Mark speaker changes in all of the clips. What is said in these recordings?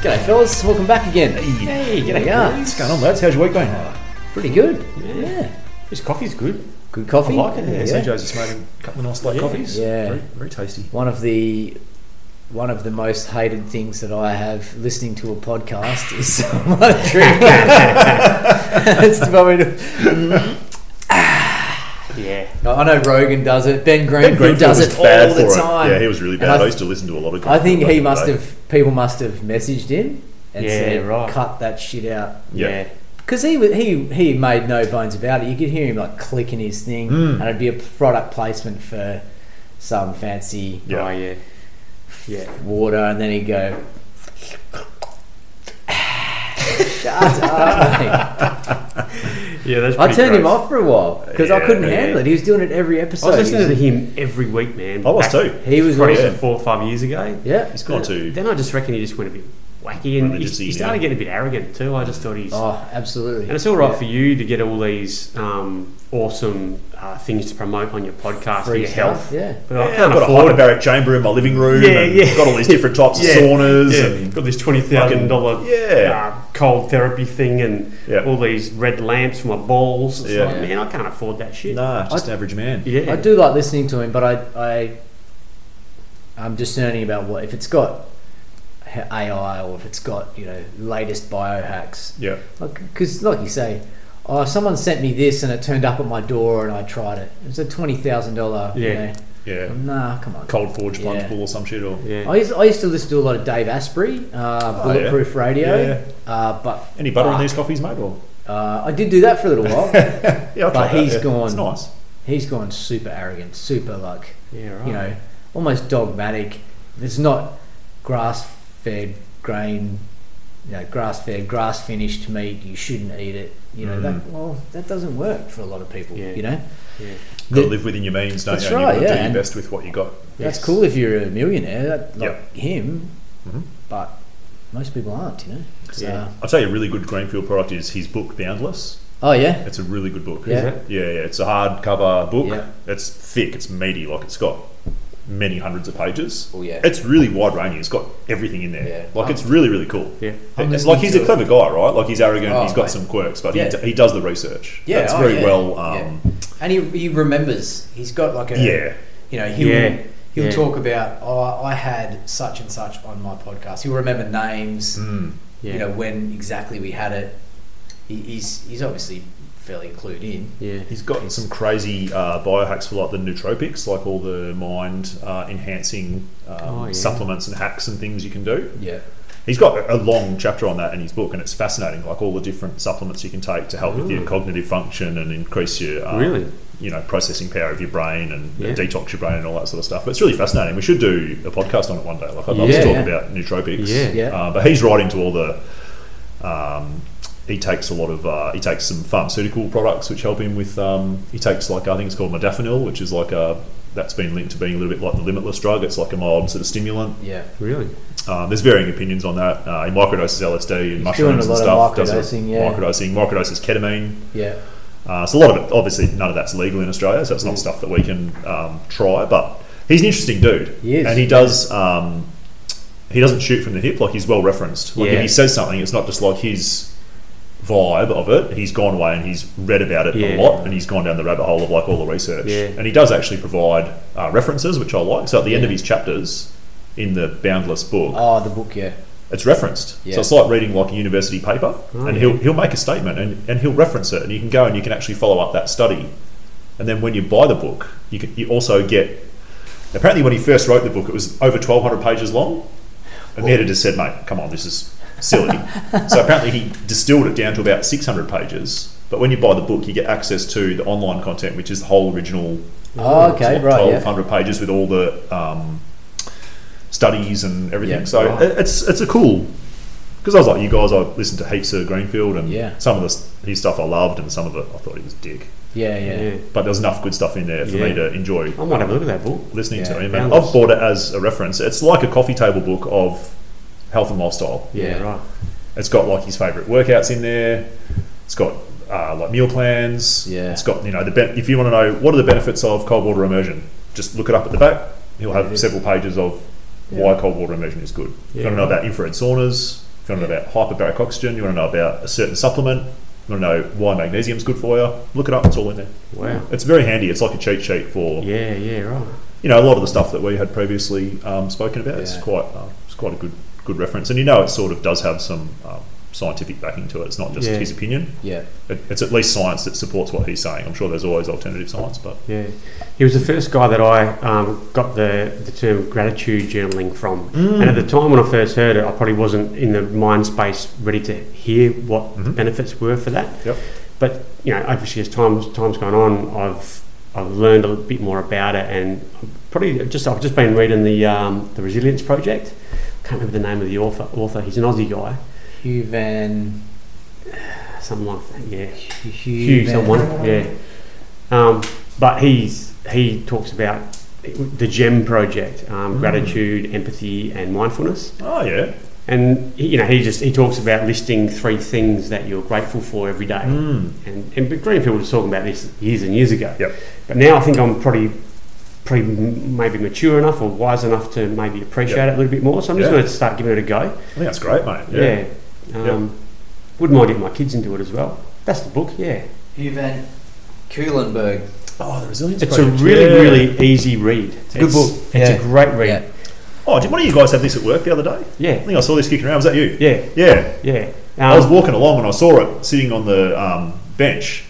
Speaker 1: G'day, fellas. Welcome back again.
Speaker 2: Hey,
Speaker 1: g'day,
Speaker 2: What's
Speaker 1: boys.
Speaker 2: going on, lads? How's your week going? Oh,
Speaker 1: Pretty good. Yeah.
Speaker 2: this coffee's good.
Speaker 1: Good
Speaker 2: I
Speaker 1: coffee.
Speaker 2: like it. Yeah,
Speaker 1: Yeah.
Speaker 2: Sergio's just made a couple of nice light
Speaker 3: Yeah.
Speaker 2: coffees.
Speaker 1: Yeah.
Speaker 2: Very, very tasty.
Speaker 1: One of the one of the most hated things that I have listening to a podcast is someone drinking. it's probably
Speaker 2: Yeah.
Speaker 1: I know Rogan does it. Ben Greenfield,
Speaker 3: Ben Greenfield
Speaker 1: does
Speaker 3: was
Speaker 1: it
Speaker 3: bad
Speaker 1: all the
Speaker 3: for
Speaker 1: time.
Speaker 3: It. Yeah, he was really
Speaker 1: And
Speaker 3: bad.
Speaker 1: I-
Speaker 3: I, used to listen to a lot of.
Speaker 1: I think
Speaker 3: Greenfield
Speaker 1: he
Speaker 3: back
Speaker 1: must
Speaker 3: in the
Speaker 1: have people must have messaged him and
Speaker 2: Yeah,
Speaker 1: said
Speaker 2: right.
Speaker 1: cut that shit out
Speaker 3: Yeah.
Speaker 1: because he wa- he he made no bones about it. You could hear him like clicking his thing,
Speaker 3: Mm.
Speaker 4: Hmm.
Speaker 1: and it'd be a product placement for some fancy
Speaker 3: Yeah. Oh,
Speaker 2: yeah. Yeah.
Speaker 1: water, and then he'd go. Shut up! mate."
Speaker 2: Yeah, that's
Speaker 1: I turned him off for a while because I
Speaker 3: Yeah,
Speaker 1: couldn't
Speaker 3: yeah.
Speaker 1: handle it. He was doing it every
Speaker 4: I
Speaker 1: episode.
Speaker 4: was listening to him every week, man.
Speaker 3: I was
Speaker 4: back
Speaker 3: too.
Speaker 1: he was
Speaker 4: Probably
Speaker 3: Yeah.
Speaker 4: four or five years ago.
Speaker 1: yeah.
Speaker 3: He's gone to.
Speaker 4: Then I just reckon he just went a bit wacky and he,
Speaker 3: Religious-y
Speaker 4: he started
Speaker 3: now.
Speaker 4: getting a bit arrogant too. I just thought he's.
Speaker 1: Oh, absolutely.
Speaker 4: And it's all right
Speaker 1: Yeah.
Speaker 4: for you to get all these um, awesome uh, things to promote on your podcast for
Speaker 1: Free
Speaker 4: your
Speaker 1: stuff,
Speaker 4: health.
Speaker 1: Yeah.
Speaker 4: But I
Speaker 3: Yeah, I've
Speaker 4: can't
Speaker 3: got a
Speaker 4: afford it.
Speaker 3: hyperbaric chamber in my living room.
Speaker 4: Yeah,
Speaker 3: and
Speaker 4: yeah.
Speaker 3: Got all these different types of
Speaker 4: Yeah,
Speaker 3: saunas.
Speaker 4: Yeah,
Speaker 3: And,
Speaker 4: got this twenty thousand dollar
Speaker 3: yeah.
Speaker 4: uh, cold therapy thing and
Speaker 3: Yeah.
Speaker 4: all these red lamps for my balls. It's
Speaker 3: Yeah.
Speaker 4: like, man, I can't afford that shit.
Speaker 3: nah, just an average man.
Speaker 4: Yeah,
Speaker 1: I do like listening to him, but I, I, I'm discerning about what if it's got h- AI or if it's got you know latest biohacks.
Speaker 3: Yeah.
Speaker 1: Because like, you say, oh, someone sent me this and it turned up at my door and I tried it. It's a twenty thousand dollar.
Speaker 4: Yeah.
Speaker 3: Yeah.
Speaker 1: Nah, come on.
Speaker 3: Cold forge plunge
Speaker 1: Yeah.
Speaker 3: pool or some shit. Or
Speaker 4: Yeah.
Speaker 1: I used, I used to listen to a lot of Dave Asprey, uh,
Speaker 3: Oh, yeah.
Speaker 1: Bulletproof Radio,
Speaker 3: Yeah.
Speaker 1: uh, but
Speaker 3: any butter on
Speaker 1: fuck,
Speaker 3: these coffees, mate? Or
Speaker 1: Uh, I did do that for a little while.
Speaker 3: yeah, I'll
Speaker 1: But
Speaker 3: try that,
Speaker 1: he's
Speaker 3: yeah.
Speaker 1: gone-
Speaker 3: It's nice.
Speaker 1: He's gone super arrogant, super like
Speaker 4: yeah, right.
Speaker 1: you know, almost dogmatic. It's not grass fed grain, you know, grass fed, grass finished meat. You shouldn't eat it. You know, that, well, that doesn't work for a lot of people.
Speaker 4: Mm. Yeah.
Speaker 1: You know,
Speaker 4: yeah.
Speaker 3: Got to
Speaker 1: The-
Speaker 3: live within your means, don't
Speaker 1: That's
Speaker 3: you? And
Speaker 1: right,
Speaker 3: You've
Speaker 1: yeah,
Speaker 3: got to do your
Speaker 1: and-
Speaker 3: best with what you got.
Speaker 1: that's
Speaker 4: Yes. Mm-hmm.
Speaker 1: cool if you're a millionaire, that, like
Speaker 3: Yep.
Speaker 1: him, but most people aren't. You know, so,
Speaker 4: Yeah.
Speaker 3: I'll tell you a really good Greenfield product is his book, Boundless.
Speaker 1: oh yeah,
Speaker 3: It's a really good book.
Speaker 1: Yeah.
Speaker 4: Is it?
Speaker 3: Yeah, yeah, it's a hardcover book.
Speaker 1: Yeah.
Speaker 3: It's thick, it's meaty, like it's got many hundreds of pages.
Speaker 1: Oh, yeah.
Speaker 3: It's really wide ranging. It's got everything in there.
Speaker 1: Yeah.
Speaker 3: Like it's really, really cool.
Speaker 4: Yeah.
Speaker 1: I'm
Speaker 3: It's like
Speaker 1: listening
Speaker 3: he's
Speaker 1: to
Speaker 3: a
Speaker 1: it.
Speaker 3: clever guy, right? Like he's arrogant,
Speaker 1: Oh,
Speaker 3: he's got
Speaker 1: mate.
Speaker 3: some quirks, but
Speaker 1: Yeah.
Speaker 3: he, d- he does the research.
Speaker 1: Yeah,
Speaker 3: It's
Speaker 1: oh,
Speaker 3: very
Speaker 1: yeah.
Speaker 3: well. Um,
Speaker 1: and he, he remembers. He's got like a
Speaker 3: yeah.
Speaker 1: you know he'll
Speaker 4: Yeah,
Speaker 1: he'll
Speaker 4: yeah.
Speaker 1: talk about oh I had such and such on my podcast. He'll remember names.
Speaker 3: Mm.
Speaker 4: Yeah.
Speaker 1: you know when exactly we had it. He, he's he's obviously fairly clued in.
Speaker 4: yeah.
Speaker 3: He's gotten some crazy uh, biohacks for like the nootropics, like all the mind uh, enhancing um,
Speaker 4: Oh, yeah.
Speaker 3: supplements and hacks and things you can do.
Speaker 1: Yeah,
Speaker 3: He's got a- a long chapter on that in his book, and it's fascinating. Like all the different supplements you can take to help with your
Speaker 4: Ooh.
Speaker 3: cognitive function and increase your um,
Speaker 4: Really?
Speaker 3: you know, processing power of your brain and
Speaker 4: Yeah.
Speaker 3: detox your brain and all that sort of stuff. But it's really fascinating. We should do a podcast on it one day. Like I'd love
Speaker 1: Yeah.
Speaker 3: to talk about nootropics.
Speaker 4: Yeah.
Speaker 1: Yeah.
Speaker 3: Uh, but he's writing to all the. Um, he takes a lot of. Uh, he takes some pharmaceutical products which help him with. Um, he takes like I think it's called modafinil, which is like a. That's been linked to being a little bit like the limitless drug. It's like a mild sort of stimulant.
Speaker 1: yeah.
Speaker 4: Really?
Speaker 3: Um, there's varying opinions on that. Uh, he microdoses LSD and
Speaker 1: doing a
Speaker 3: mushrooms and
Speaker 1: lot of
Speaker 3: stuff. does it-
Speaker 1: microdosing, yeah.
Speaker 3: Microdosing, microdoses ketamine.
Speaker 1: Yeah,
Speaker 3: Uh, so a lot of it, obviously, none of that's legal in Australia, so it's not stuff that we can um, try. But he's an interesting dude,
Speaker 1: He is.
Speaker 3: and he does. Um, he doesn't shoot from the hip; like he's well referenced. Like if
Speaker 4: Yeah.
Speaker 3: he says something, it's not just like his vibe of it. He's gone away and he's read about it
Speaker 4: Yeah.
Speaker 3: a lot, and he's gone down the rabbit hole of like all the research.
Speaker 4: Yeah.
Speaker 3: And he does actually provide uh, references, which I like. So at the end of his chapters in the Boundless book,
Speaker 1: Oh, the book, yeah.
Speaker 3: it's referenced.
Speaker 1: Yeah.
Speaker 3: So it's like reading like a university paper, and he'll he'll make a statement and, and he'll reference it, and you can go and you can actually follow up that study, and then when you buy the book, you can, you also get. Apparently, when he first wrote the book, it was over twelve hundred pages long, and the editor said, "Mate, come on, this is silly." so apparently, he distilled it down to about six hundred pages. But when you buy the book, you get access to the online content, which is the whole original
Speaker 1: Oh, okay, right,
Speaker 3: twelve
Speaker 1: yeah.
Speaker 3: hundred pages with all the um, studies and everything.
Speaker 1: Yeah,
Speaker 3: so
Speaker 4: right.
Speaker 3: it- it's it's a cool because I was like you guys. I listened to heaps of Greenfield and
Speaker 1: Yeah.
Speaker 3: some of the, s- his stuff I loved and some of it I thought he was a dick.
Speaker 1: Yeah, yeah,
Speaker 4: Yeah.
Speaker 3: But there's enough good stuff in there for me
Speaker 4: Yeah.
Speaker 3: to enjoy
Speaker 4: I might have a look at that book.
Speaker 3: listening to
Speaker 1: Yeah,
Speaker 3: him. And
Speaker 4: boundless.
Speaker 3: I've bought it as a reference. It's like a coffee table book of health and lifestyle.
Speaker 4: Yeah,
Speaker 1: Yeah.
Speaker 4: right.
Speaker 3: It's got like his favourite workouts in there. It's got uh, like meal plans.
Speaker 1: Yeah.
Speaker 3: It's got you know the ben- if you want to know what are the benefits of cold water immersion, just look it up at the back. He'll have several pages of why cold water immersion is good. If you
Speaker 4: Yeah.
Speaker 3: want to know about infrared saunas, you want to know about hyperbaric oxygen, you want to know about a certain supplement, you want to know why magnesium's good for you, look it up, it's all in there.
Speaker 4: Wow.
Speaker 3: It's very handy. It's like a cheat sheet for
Speaker 4: Yeah, yeah, right.
Speaker 3: you know a lot of the stuff that we had previously um, spoken about. It's
Speaker 4: Yeah.
Speaker 3: quite uh, it's quite a good good reference, and you know it sort of does have some um, scientific backing to it. It's not just
Speaker 4: Yeah.
Speaker 3: his opinion.
Speaker 1: Yeah.
Speaker 3: It, it's at least science that supports what he's saying. I'm sure there's always alternative science, but
Speaker 4: Yeah, he was the first guy that I um, got the, the term gratitude journaling from. And at the time when I first heard it, I probably wasn't in the mind space ready to hear what the
Speaker 3: Mhm.
Speaker 4: benefits were for that.
Speaker 3: Yep.
Speaker 4: But you know, obviously as time's time's gone on, I've I've learned a little bit more about it, and I've probably just I've just been reading the um, the Resilience Project. I can't remember the name of the author. Author, he's an Aussie guy,
Speaker 1: Hugh Van.
Speaker 4: something like that. Yeah.
Speaker 1: Hugh,
Speaker 4: Hugh
Speaker 1: Van-
Speaker 4: someone, yeah. Um, but he's he talks about the GEM project, um,
Speaker 3: Mm.
Speaker 4: gratitude, empathy, and mindfulness.
Speaker 3: oh yeah,
Speaker 4: And he, you know, he just he talks about listing three things that you're grateful for every day.
Speaker 3: Mm.
Speaker 4: And, and Greenfield was talking about this years and years ago.
Speaker 3: Yep.
Speaker 4: But now I think I'm probably probably m- maybe mature enough or wise enough to maybe appreciate
Speaker 3: Yep.
Speaker 4: it a little bit more. So I'm just
Speaker 3: Yeah.
Speaker 4: going to start giving it a go.
Speaker 3: I think that's great, mate. Yeah,
Speaker 4: Yeah. Um, Wouldn't mind getting my kids into it as well. That's the book. Yeah.
Speaker 1: Hugh Van Kulenberg.
Speaker 3: oh, the resilience.
Speaker 4: It's
Speaker 3: Project,
Speaker 4: a really,
Speaker 3: yeah.
Speaker 4: really easy read. It's
Speaker 3: a good book.
Speaker 4: It's
Speaker 1: Yeah.
Speaker 4: a great read.
Speaker 3: Oh, did one of you guys have this at work the other day? I
Speaker 4: Yeah,
Speaker 3: think I saw this kicking around. Was that you?
Speaker 4: yeah,
Speaker 3: Yeah.
Speaker 4: yeah.
Speaker 3: I was
Speaker 4: Um,
Speaker 3: walking along and I saw it sitting on the um, bench,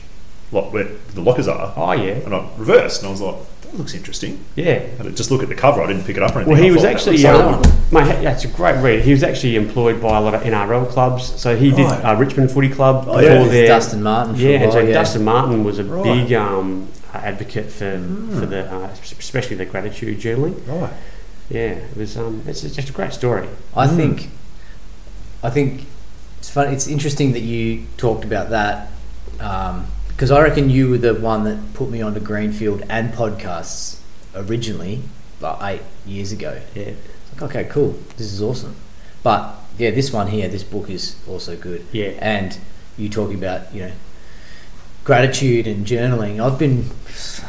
Speaker 3: like where the lockers are,
Speaker 4: oh, yeah,
Speaker 3: and I reversed and I was like, "That looks interesting."
Speaker 4: yeah.
Speaker 3: And I just look at the cover. I didn't pick it up or anything.
Speaker 4: Well, he
Speaker 3: I
Speaker 4: was
Speaker 3: thought, "That
Speaker 4: actually,
Speaker 3: looks
Speaker 1: like
Speaker 4: um,
Speaker 1: that
Speaker 4: mate, he- yeah, it's a great read. He was actually employed by a lot of NRL clubs. So he did
Speaker 3: Right.
Speaker 4: uh, Richmond Footy Club
Speaker 3: Oh, yeah.
Speaker 4: before
Speaker 1: With
Speaker 4: their.
Speaker 1: Dustin Martin. For
Speaker 4: yeah,
Speaker 1: a
Speaker 4: and
Speaker 1: while,
Speaker 4: so
Speaker 1: yeah.
Speaker 4: Dustin Martin was a
Speaker 3: Right.
Speaker 4: big um, advocate for, for the, uh, especially the gratitude journaling.
Speaker 3: Right.
Speaker 4: Yeah, it was. Um, it's just a great story.
Speaker 1: I
Speaker 3: Mm.
Speaker 1: think, I think it's fun. It's interesting that you talked about that because I reckon you were the one that put me onto Greenfield and podcasts originally, like eight years ago.
Speaker 4: Yeah,
Speaker 1: It's like, okay, cool, this is awesome. But yeah, this one here, this book is also good.
Speaker 4: yeah,
Speaker 1: And you talking about you know gratitude and journaling. I've been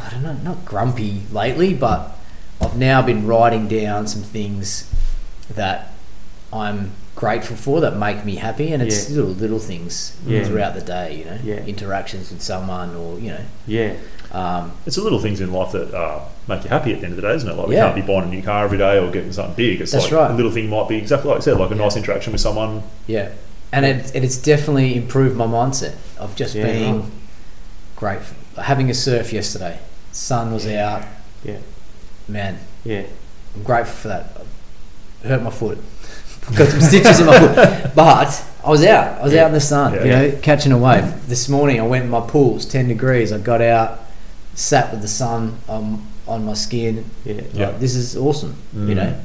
Speaker 1: I don't know not grumpy lately, but I've now been writing down some things that I'm grateful for that make me happy, and it's little little things
Speaker 4: Yeah.
Speaker 1: throughout the day. You know,
Speaker 4: Yeah.
Speaker 1: interactions with someone, or you know,
Speaker 4: yeah,
Speaker 1: um,
Speaker 3: It's the little things in life that uh, make you happy at the end of the day, isn't it? Like we
Speaker 1: Yeah.
Speaker 3: can't be buying a new car every day or getting something big. It's
Speaker 1: That's
Speaker 3: like
Speaker 1: right.
Speaker 3: a little thing might be exactly like you said, like a nice interaction with someone.
Speaker 1: yeah. And it, it, it's definitely improved my mindset of just
Speaker 4: Yeah,
Speaker 1: being
Speaker 4: right.
Speaker 1: grateful. Having a surf yesterday, sun was out.
Speaker 4: Yeah.
Speaker 1: man,
Speaker 4: yeah.
Speaker 1: I'm grateful for that. I hurt my foot. Got some stitches in my foot. But I was out. I was out in the sun, you
Speaker 3: Yeah.
Speaker 1: know, catching a wave. This morning I went in my pool, it's 10 degrees. I got out, sat with the sun on, on my skin.
Speaker 4: yeah.
Speaker 1: Like,
Speaker 3: Yeah.
Speaker 1: this is awesome, you
Speaker 3: Mm.
Speaker 1: know.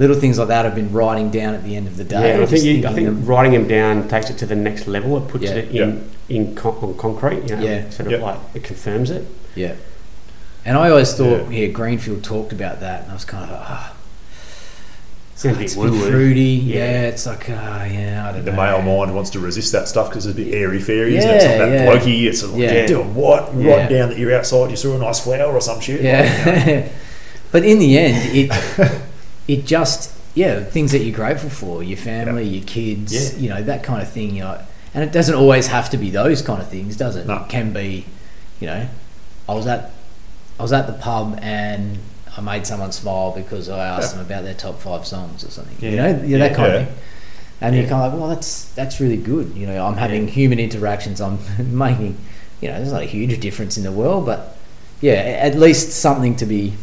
Speaker 1: Little things like that I've been writing down at the end of the day.
Speaker 4: Yeah, and I think
Speaker 1: just
Speaker 4: you, I
Speaker 1: thinking
Speaker 4: think
Speaker 1: of-
Speaker 4: writing them down takes it to the next level. It puts
Speaker 1: um, Yeah.
Speaker 4: it in in con- on concrete. You know,
Speaker 1: Yeah.
Speaker 4: sort of
Speaker 3: Yep.
Speaker 4: like it confirms it.
Speaker 1: Yeah. And I always thought,
Speaker 3: Yeah.
Speaker 1: yeah, Greenfield talked about that, and I was kind of like, ah,
Speaker 4: Sounds a
Speaker 1: it's
Speaker 4: bit
Speaker 1: a bit
Speaker 4: woo-woo.
Speaker 1: fruity.
Speaker 4: Yeah.
Speaker 1: Yeah. it's like, ah, yeah, I don't
Speaker 3: The
Speaker 1: know.
Speaker 3: male mind wants to resist that stuff because it's a bit airy fairy, isn't it? It's
Speaker 1: Yeah,
Speaker 3: not that
Speaker 1: yeah.
Speaker 3: blokey. It's like,
Speaker 1: Yeah.
Speaker 3: you're doing what? You're
Speaker 1: Yeah.
Speaker 3: writing down that you're outside, you saw a nice flower or some shit.
Speaker 4: uh,
Speaker 1: Yeah. but in the end, it it just yeah, things that you're grateful for, your family, your kids,
Speaker 4: Yeah.
Speaker 1: you know, that kind of thing, you know. And it doesn't always have to be those kind of things, does it?
Speaker 3: No.
Speaker 1: It can be, you know, I was at I was at the pub and I made someone smile because I asked them about their top five songs or something. You
Speaker 4: Yeah.
Speaker 1: know, yeah, that
Speaker 3: Yeah.
Speaker 1: kind
Speaker 3: Yeah.
Speaker 1: of thing. And
Speaker 4: Yeah.
Speaker 1: you're kind of like, well, that's that's really good. You know, I'm having human interactions. I'm making, you know, there's not a huge difference in the world, but yeah, a- at least something to be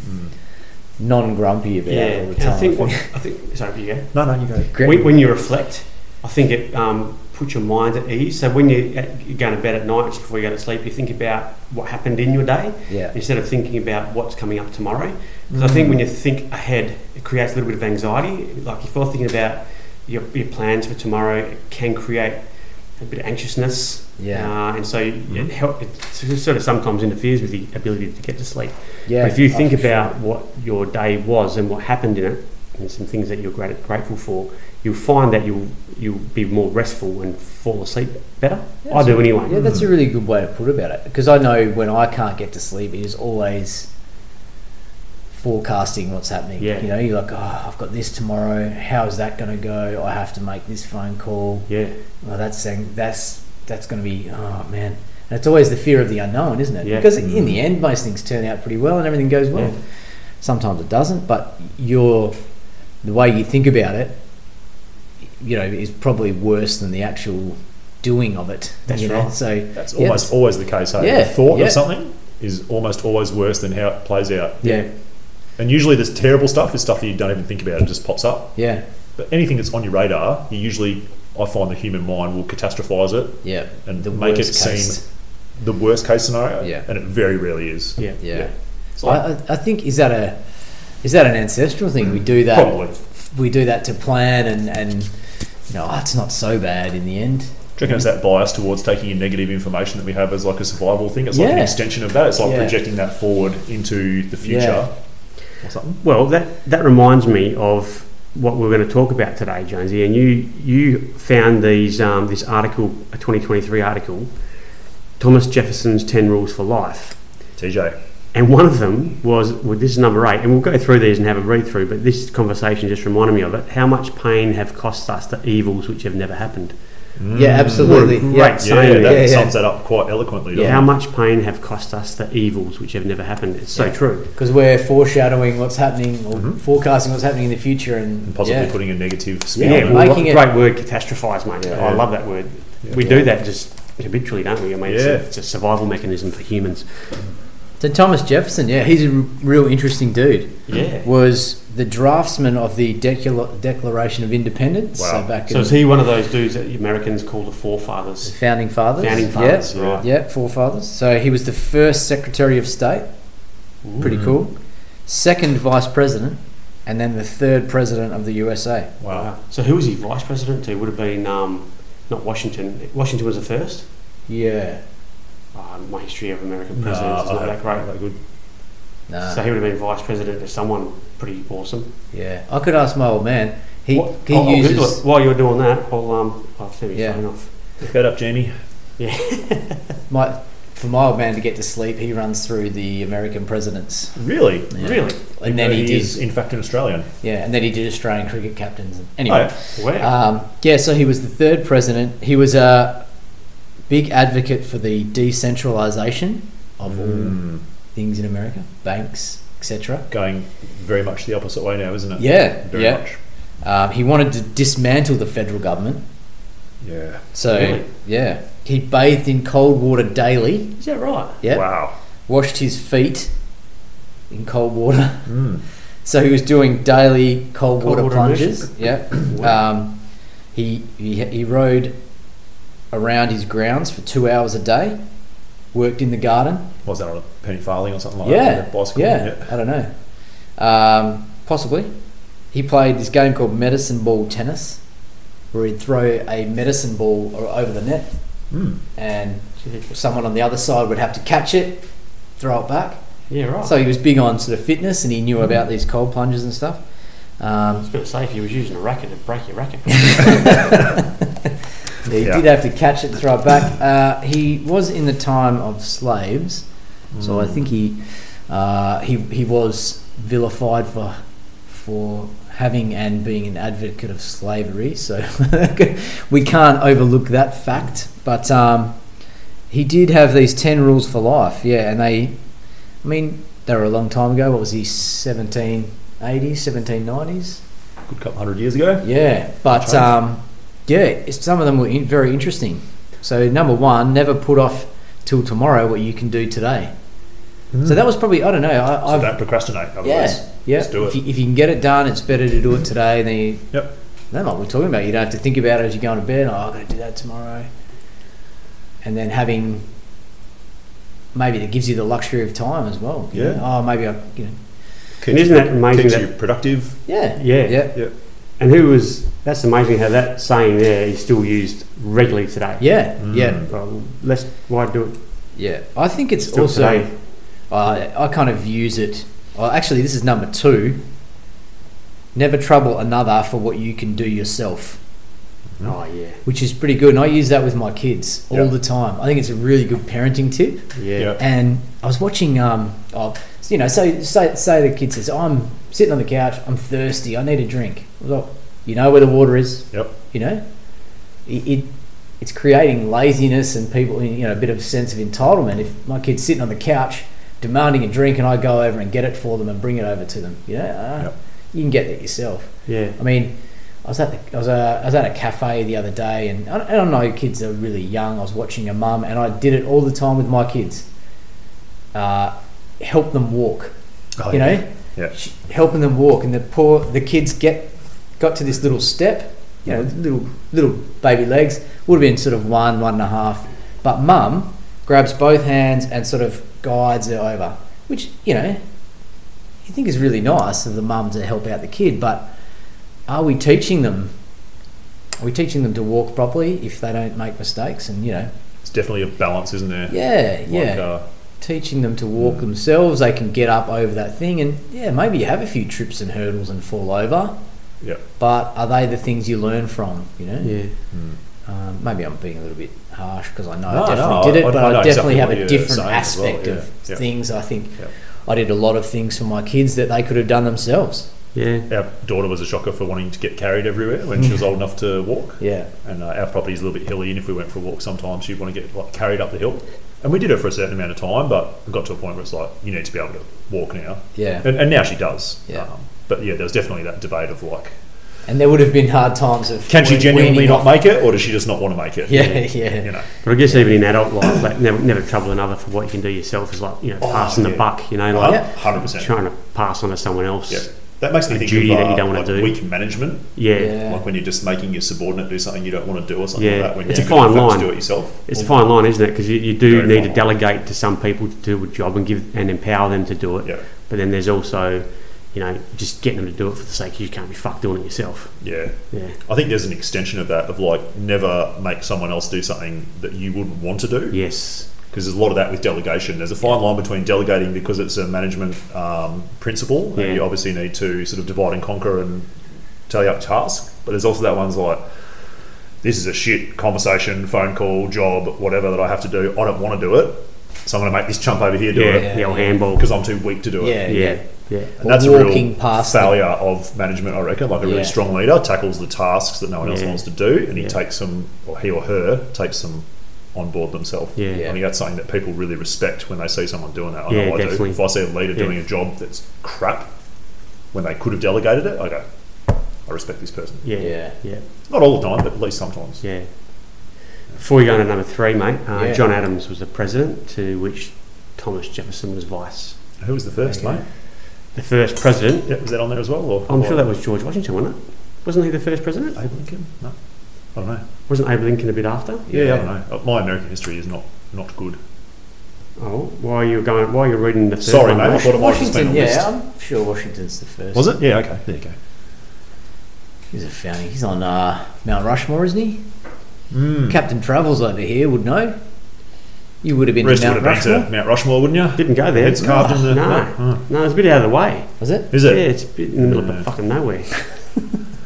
Speaker 1: non-grumpy about all the
Speaker 4: and
Speaker 1: time.
Speaker 4: Hmm. I think what, I think sorry, you go.
Speaker 3: No, no, you go.
Speaker 1: Gre-
Speaker 4: When, when you reflect, I think it um, puts your mind at ease. So when you at- you're going to bed at night, just before you go to sleep, you think about what happened in your day
Speaker 1: yeah,
Speaker 4: instead of thinking about what's coming up tomorrow. Because I
Speaker 1: Mm.
Speaker 4: think when you think ahead, it creates a little bit of anxiety. Like if you're thinking about your, your plans for tomorrow, it can create a bit of anxiousness.
Speaker 1: yeah, Mm-hmm.
Speaker 4: Uh, and so it, help, it s- sort of sometimes interferes with the ability to get to sleep.
Speaker 1: yeah.
Speaker 4: But if you
Speaker 1: Oh,
Speaker 4: think
Speaker 1: for sure.
Speaker 4: about what your day was and what happened in it, and some things that you're grat- grateful for, you'll find that you'll you'll be more restful and fall asleep better.
Speaker 1: Yeah,
Speaker 4: I do
Speaker 1: that's-
Speaker 4: anyway.
Speaker 1: Yeah, that's a really good way to put about it because I know when I can't get to sleep, it is always forecasting what's happening.
Speaker 4: Yeah.
Speaker 1: You know, you're like, oh, I've got this tomorrow. How is that going to go? I have to make this phone call.
Speaker 4: Yeah,
Speaker 1: Well, that's saying that's that's going to be oh man. And it's always the fear of the unknown, isn't it?
Speaker 4: Yeah.
Speaker 1: Because in the end, most things turn out pretty well and everything goes well.
Speaker 4: Yeah.
Speaker 1: Sometimes it doesn't, but your the way you think about it, you know, is probably worse than the actual doing of it.
Speaker 4: That's
Speaker 1: you know?
Speaker 4: right.
Speaker 1: So
Speaker 3: That's
Speaker 1: Yeah.
Speaker 3: almost always the case. Hey?
Speaker 1: Yeah,
Speaker 3: The thought
Speaker 1: yeah.
Speaker 3: of something is almost always worse than how it plays out.
Speaker 1: yeah,
Speaker 3: And usually, this terrible stuff is stuff that you don't even think about. It just pops up.
Speaker 1: yeah,
Speaker 3: But anything that's on your radar, you usually, I find the human mind will catastrophize it
Speaker 1: yeah,
Speaker 3: and
Speaker 1: The
Speaker 3: make it
Speaker 1: worst
Speaker 3: seem
Speaker 1: case.
Speaker 3: the worst case scenario.
Speaker 1: Yeah.
Speaker 3: And it very rarely is.
Speaker 4: yeah,
Speaker 1: yeah.
Speaker 3: It's
Speaker 1: I,
Speaker 3: like,
Speaker 1: I I think is that a is that an ancestral thing? We do that.
Speaker 3: probably.
Speaker 1: We do that to plan and and you know, oh, it's not so bad in the end.
Speaker 3: Do you reckon it's that bias towards taking in negative information that we have as like a survival thing? It's like an
Speaker 1: Yeah.
Speaker 3: extension of that. It's like
Speaker 1: Yeah.
Speaker 3: projecting that forward into the future
Speaker 1: Yeah.
Speaker 3: or something.
Speaker 4: Well, that that reminds me of what we're going to talk about today, Jonesy. And you you found these um, this article, a 2023 article, Thomas Jefferson's Ten Rules for Life.
Speaker 3: TJ.
Speaker 4: And one of them was, well, this is number eight, and we'll go through these and have a read through, but this conversation just reminded me of it. How much pain have cost us the evils which have never happened?
Speaker 1: Yeah, absolutely.
Speaker 4: Great
Speaker 1: Yeah.
Speaker 3: Yeah,
Speaker 4: saying.
Speaker 3: that
Speaker 1: Yeah, yeah.
Speaker 3: sums that up quite eloquently.
Speaker 4: How
Speaker 3: Yeah.
Speaker 4: much pain have cost us the evils which have never happened? It's so
Speaker 1: Yeah.
Speaker 4: true.
Speaker 1: because we're foreshadowing what's happening or
Speaker 4: Mm-hmm.
Speaker 3: Mhm.
Speaker 1: forecasting what's happening in the future and,
Speaker 3: And possibly
Speaker 1: yeah.
Speaker 3: putting a negative spin
Speaker 4: Yeah,
Speaker 1: Yeah,
Speaker 3: on it.
Speaker 4: well, what a
Speaker 1: making it-
Speaker 4: great word, catastrophise, mate.
Speaker 3: Yeah.
Speaker 4: I love that word.
Speaker 3: Yeah.
Speaker 4: we do that just habitually, don't we? I mean, it's, a,
Speaker 3: Yeah.
Speaker 4: it's a survival mechanism for humans.
Speaker 1: so Thomas Jefferson, yeah, he's a r- real interesting dude.
Speaker 4: Yeah.
Speaker 1: Was the draftsman of the Decula- Declaration of Independence?
Speaker 3: Wow.
Speaker 1: So back
Speaker 4: So
Speaker 1: in
Speaker 4: is he one of those dudes that the Americans call the
Speaker 1: the
Speaker 4: forefathers?
Speaker 1: founding fathers.
Speaker 4: Founding
Speaker 1: Yeah.
Speaker 4: fathers,
Speaker 3: Yeah.
Speaker 4: right.
Speaker 1: Yeah, forefathers. So he was the first Secretary of State. Pretty
Speaker 3: Mm.
Speaker 1: cool. Second Vice President, and then the third President of the USA.
Speaker 3: Wow.
Speaker 4: So who was he vice president to? Would have been um, not Washington. Washington was the first.
Speaker 1: Yeah.
Speaker 4: Oh, my history of American
Speaker 3: Nah,
Speaker 4: presidents is
Speaker 3: I
Speaker 4: not that
Speaker 3: don't-
Speaker 4: great.
Speaker 3: Uh, that good.
Speaker 1: Nah.
Speaker 4: So he would have been vice president to someone pretty awesome.
Speaker 1: yeah. I could ask my old man. He
Speaker 4: What- oh,
Speaker 1: he
Speaker 4: I'll, I'll Google
Speaker 1: uses.
Speaker 4: it. While you're doing that, I'll um, I'll send you
Speaker 1: Yeah.
Speaker 4: phone off.
Speaker 3: Look that up, Jamie.
Speaker 1: My, for my old man to get to sleep, he runs through the American presidents,
Speaker 3: Really?
Speaker 1: Yeah.
Speaker 4: Really?
Speaker 1: and then he
Speaker 3: is,
Speaker 1: did,
Speaker 3: in fact, an Australian.
Speaker 1: yeah, and then he did Australian cricket captains. And,
Speaker 3: Oh,
Speaker 1: anyway,
Speaker 4: Wow.
Speaker 1: um, yeah, so he was the third president. He was a big advocate for the decentralisation of all
Speaker 3: Mm.
Speaker 1: things in America, banks, etc.
Speaker 3: Going very much the opposite way now, isn't it?
Speaker 1: Yeah,
Speaker 3: Very
Speaker 1: yeah.
Speaker 3: much.
Speaker 1: Um, he wanted to dismantle the federal government,
Speaker 3: Yeah.
Speaker 1: so
Speaker 4: Really?
Speaker 1: yeah, he bathed in cold water daily.
Speaker 4: is that right?
Speaker 1: Yeah,
Speaker 3: Wow.
Speaker 1: washed his feet in cold water.
Speaker 3: Mm.
Speaker 1: So he was doing daily cold,
Speaker 4: Cold
Speaker 1: water,
Speaker 4: water
Speaker 1: plunges. Yep.
Speaker 4: Wow.
Speaker 1: Um, he, he he rode around his grounds for two hours a day. Worked in the garden.
Speaker 3: Was that on a penny farthing or something like
Speaker 1: yeah.
Speaker 3: that? on a bicycle?
Speaker 1: yeah. I don't know. Um, possibly. He played this game called medicine ball tennis, where he'd throw a medicine ball o- over the net,
Speaker 3: Mm.
Speaker 1: and someone on the other side would have to catch it, throw it back.
Speaker 4: Yeah, right.
Speaker 1: So he was big on sort of fitness, and he knew about these cold plunges and stuff. Um,
Speaker 4: I was going to say, if you was using a racket, it'd break your racket.
Speaker 1: Yeah, he
Speaker 3: Yeah.
Speaker 1: did have to catch it and throw it back. Uh, he was in the time of slaves, so I
Speaker 3: Mm.
Speaker 1: think he uh, he he was vilified for for having and being an advocate of slavery. So we can't overlook that fact. But um, he did have these ten rules for life. Yeah, and they, I mean, they were a long time ago. What was he? 1780s, 1790s.
Speaker 3: Good couple hundred years ago.
Speaker 1: Yeah, but
Speaker 3: Change.
Speaker 1: um, yeah, it's- some of them were in, very interesting. So number one, never put off till tomorrow what you can do today. So that was probably I don't know. I,
Speaker 3: Mm. So
Speaker 1: I've
Speaker 3: don't procrastinate.
Speaker 1: yeah,
Speaker 3: Otherwise,
Speaker 1: yeah.
Speaker 3: Just do
Speaker 1: If,
Speaker 3: it.
Speaker 1: you, if you can get it done, it's better to do it today than you.
Speaker 3: Yep.
Speaker 1: No, like we're talking about, you don't have to think about it as you're going to bed. Oh, I'm going to do that tomorrow, and then having maybe that gives you the luxury of time as well. you
Speaker 3: Yeah.
Speaker 1: know. Oh, maybe I. You know.
Speaker 3: Keeps
Speaker 4: isn't
Speaker 3: you-
Speaker 4: that amazing
Speaker 3: Keeps
Speaker 4: that-
Speaker 3: you productive.
Speaker 1: Yeah.
Speaker 4: yeah.
Speaker 1: Yeah.
Speaker 4: And who was? That's amazing how that saying there is still used regularly today.
Speaker 1: Yeah.
Speaker 3: Mm.
Speaker 1: Yeah.
Speaker 4: Well, let's why do it
Speaker 1: Yeah. I think it's
Speaker 4: still
Speaker 1: also.
Speaker 4: today?
Speaker 1: I I kind of use it. Well, actually, this is number two. Never trouble another for what you can do yourself.
Speaker 4: Oh yeah,
Speaker 1: which is pretty good. And I use that with my kids all
Speaker 3: Yeah.
Speaker 1: the time. I think it's a really good parenting tip.
Speaker 4: yeah,
Speaker 3: Yeah.
Speaker 1: And I was watching, um, oh, you know, so say, say the kid says, I'm sitting on the couch, I'm thirsty, I need a drink. I was like, you know where the water is.
Speaker 3: Yep.
Speaker 1: You know, it, it it's creating laziness and people, you know, a bit of a sense of entitlement. If my kid's sitting on the couch demanding a drink and I go over and get it for them and bring it over to them, you know, uh,
Speaker 3: Yep.
Speaker 1: you can get that yourself.
Speaker 4: yeah.
Speaker 1: I mean, I was at the, I was, uh, I was at a cafe the other day, and I don't, I don't know, kids are really young. I was watching a mum, and I did it all the time with my kids. Uh, help them walk,
Speaker 3: Oh,
Speaker 1: you
Speaker 3: yeah.
Speaker 1: know,
Speaker 3: Yeah.
Speaker 1: Sh- helping them walk, and the poor the kids get got to this little step, you know, little little baby legs would have been sort of one one and a half, but mum grabs both hands and sort of guides her over, which you know, you think is really nice of the mum to help out the kid, but are we teaching them? Are we teaching them to walk properly if they don't make mistakes? And you know,
Speaker 3: It's definitely a balance, isn't there?
Speaker 1: yeah,
Speaker 3: Like,
Speaker 1: yeah,
Speaker 3: uh,
Speaker 1: teaching them to
Speaker 3: Mm.
Speaker 1: walk themselves. They can get up over that thing, and yeah, maybe you have a few trips and hurdles and fall over.
Speaker 3: Yep.
Speaker 1: But are they the things you learn from? You know.
Speaker 4: yeah.
Speaker 1: Um, maybe I'm being a little bit harsh because I know
Speaker 3: No,
Speaker 1: I definitely
Speaker 3: no,
Speaker 1: did it,
Speaker 3: I- I
Speaker 1: but I,
Speaker 3: know
Speaker 1: definitely
Speaker 3: exactly
Speaker 1: have
Speaker 3: what
Speaker 1: a
Speaker 3: you're
Speaker 1: different
Speaker 3: saying as well,
Speaker 1: aspect of
Speaker 3: yeah, yeah.
Speaker 1: things. I think
Speaker 3: Yeah.
Speaker 1: I did a lot of things for my kids that they could have done themselves.
Speaker 4: Yeah,
Speaker 3: our daughter was a shocker for wanting to get carried everywhere when she
Speaker 1: Mm.
Speaker 3: was old enough to walk.
Speaker 1: Yeah.
Speaker 3: And uh, our property's a little bit hilly, and if we went for a walk, sometimes she'd want to get like carried up the hill. And we did it for a certain amount of time, but it got to a point where it's like you need to be able to walk now.
Speaker 1: Yeah.
Speaker 3: And, and now she does. Um,
Speaker 1: Yeah.
Speaker 3: but yeah, there was definitely that debate of like,
Speaker 1: And there would have been hard times of
Speaker 3: can she
Speaker 1: weaning
Speaker 3: genuinely
Speaker 1: off-
Speaker 3: not make it, or does she just not want to make it?
Speaker 1: Yeah, yeah.
Speaker 3: You know.
Speaker 4: but I guess even in adult life, like never, never trouble another for what you can do yourself is like you know
Speaker 3: Oh,
Speaker 4: passing
Speaker 3: yeah.
Speaker 4: the buck. You know, like
Speaker 1: Yeah.
Speaker 3: Hundred percent.
Speaker 4: trying to pass on to someone else.
Speaker 3: Yeah. That makes me
Speaker 4: A
Speaker 3: think
Speaker 4: duty
Speaker 3: of
Speaker 4: that you
Speaker 3: uh,
Speaker 4: don't wanna
Speaker 3: like
Speaker 4: do.
Speaker 3: weak management,
Speaker 4: Yeah.
Speaker 1: Yeah.
Speaker 3: like when you're just making your subordinate do something you don't want to do or something
Speaker 4: Yeah.
Speaker 3: like that. When
Speaker 4: It's
Speaker 3: you
Speaker 4: a
Speaker 3: could in
Speaker 4: fine
Speaker 3: fact
Speaker 4: line.
Speaker 3: Do it yourself.
Speaker 4: It's a fine line, isn't it? Because you, you do
Speaker 3: Very
Speaker 4: need
Speaker 3: fine.
Speaker 4: to delegate to some people to do a job and give and empower them to do it.
Speaker 3: Yeah.
Speaker 4: But then there's also, you know, just getting them to do it for the sake you can't be fucked doing it yourself.
Speaker 3: Yeah.
Speaker 4: Yeah.
Speaker 3: I think there's an extension of that of like never make someone else do something that you wouldn't want to do
Speaker 4: Yes.
Speaker 3: because there's a lot of that with delegation. There's a fine line between delegating because it's a management um, principle
Speaker 4: Yeah.
Speaker 3: and you obviously need to sort of divide and conquer and tally up tasks, but there's also that one's like this is a shit conversation, phone call, job, whatever that I have to do. I don't want to do it, so I'm going to make this chump over here do
Speaker 4: yeah.
Speaker 3: it
Speaker 4: The old handball.
Speaker 3: because I'm too weak to do it.
Speaker 1: Yeah, yeah.
Speaker 4: Yeah. Yeah.
Speaker 3: And that's a
Speaker 1: Or
Speaker 3: real
Speaker 1: walking past them.
Speaker 3: failure of management, I reckon. Like a really
Speaker 1: Yeah.
Speaker 3: strong leader tackles the tasks that no one else
Speaker 4: Yeah.
Speaker 3: wants to do, and he
Speaker 4: Yeah.
Speaker 3: takes them, or he or her takes them on board themselves.
Speaker 4: Yeah.
Speaker 3: I think that's something that people really respect when they see someone doing that. I
Speaker 4: Yeah,
Speaker 3: know I
Speaker 4: definitely.
Speaker 3: do. If I see a leader
Speaker 4: Yeah.
Speaker 3: doing a job that's crap when they could have delegated it, I go, I respect this person.
Speaker 4: Yeah.
Speaker 1: Yeah.
Speaker 4: Yeah. Yeah.
Speaker 3: Not all the time, but at least sometimes.
Speaker 4: Yeah. Before we go on to number three, mate, uh,
Speaker 1: Yeah.
Speaker 4: John Adams was the president, to which Thomas Jefferson was vice.
Speaker 3: Who was the first,
Speaker 1: Okay.
Speaker 3: mate?
Speaker 4: The first president.
Speaker 3: Yeah, was that on there as well? Or
Speaker 4: I'm
Speaker 3: or
Speaker 4: sure that was George Washington, wasn't it? Wasn't he the first president?
Speaker 3: Abe Lincoln? No. I don't know.
Speaker 4: Wasn't Abe Lincoln a bit after?
Speaker 3: Yeah, I don't know. My American history is not, not good.
Speaker 4: Oh, while you're going, while you're reading the third
Speaker 3: Sorry,
Speaker 4: one,
Speaker 3: mate. I
Speaker 4: mate.
Speaker 3: thought it might have just been
Speaker 1: Washington,
Speaker 3: a
Speaker 1: yeah,
Speaker 3: list.
Speaker 1: I'm sure Washington's the first.
Speaker 3: Was it? Yeah, okay. There you go.
Speaker 1: He's a founding. He's on uh, Mount Rushmore, isn't he?
Speaker 3: Hmm.
Speaker 1: Captain Travels over here would know. You would have been
Speaker 3: Rest
Speaker 1: to
Speaker 3: would have
Speaker 1: Mount
Speaker 3: been
Speaker 1: Rushmore.
Speaker 3: to Mount Rushmore, wouldn't you?
Speaker 4: Didn't go there.
Speaker 3: It's carved in the-
Speaker 4: No,
Speaker 3: Oh.
Speaker 4: no, it's a bit out of the way.
Speaker 1: Was it?
Speaker 3: Is
Speaker 4: Yeah,
Speaker 3: it?
Speaker 4: it's a bit in the middle
Speaker 3: Yeah.
Speaker 4: of fucking nowhere.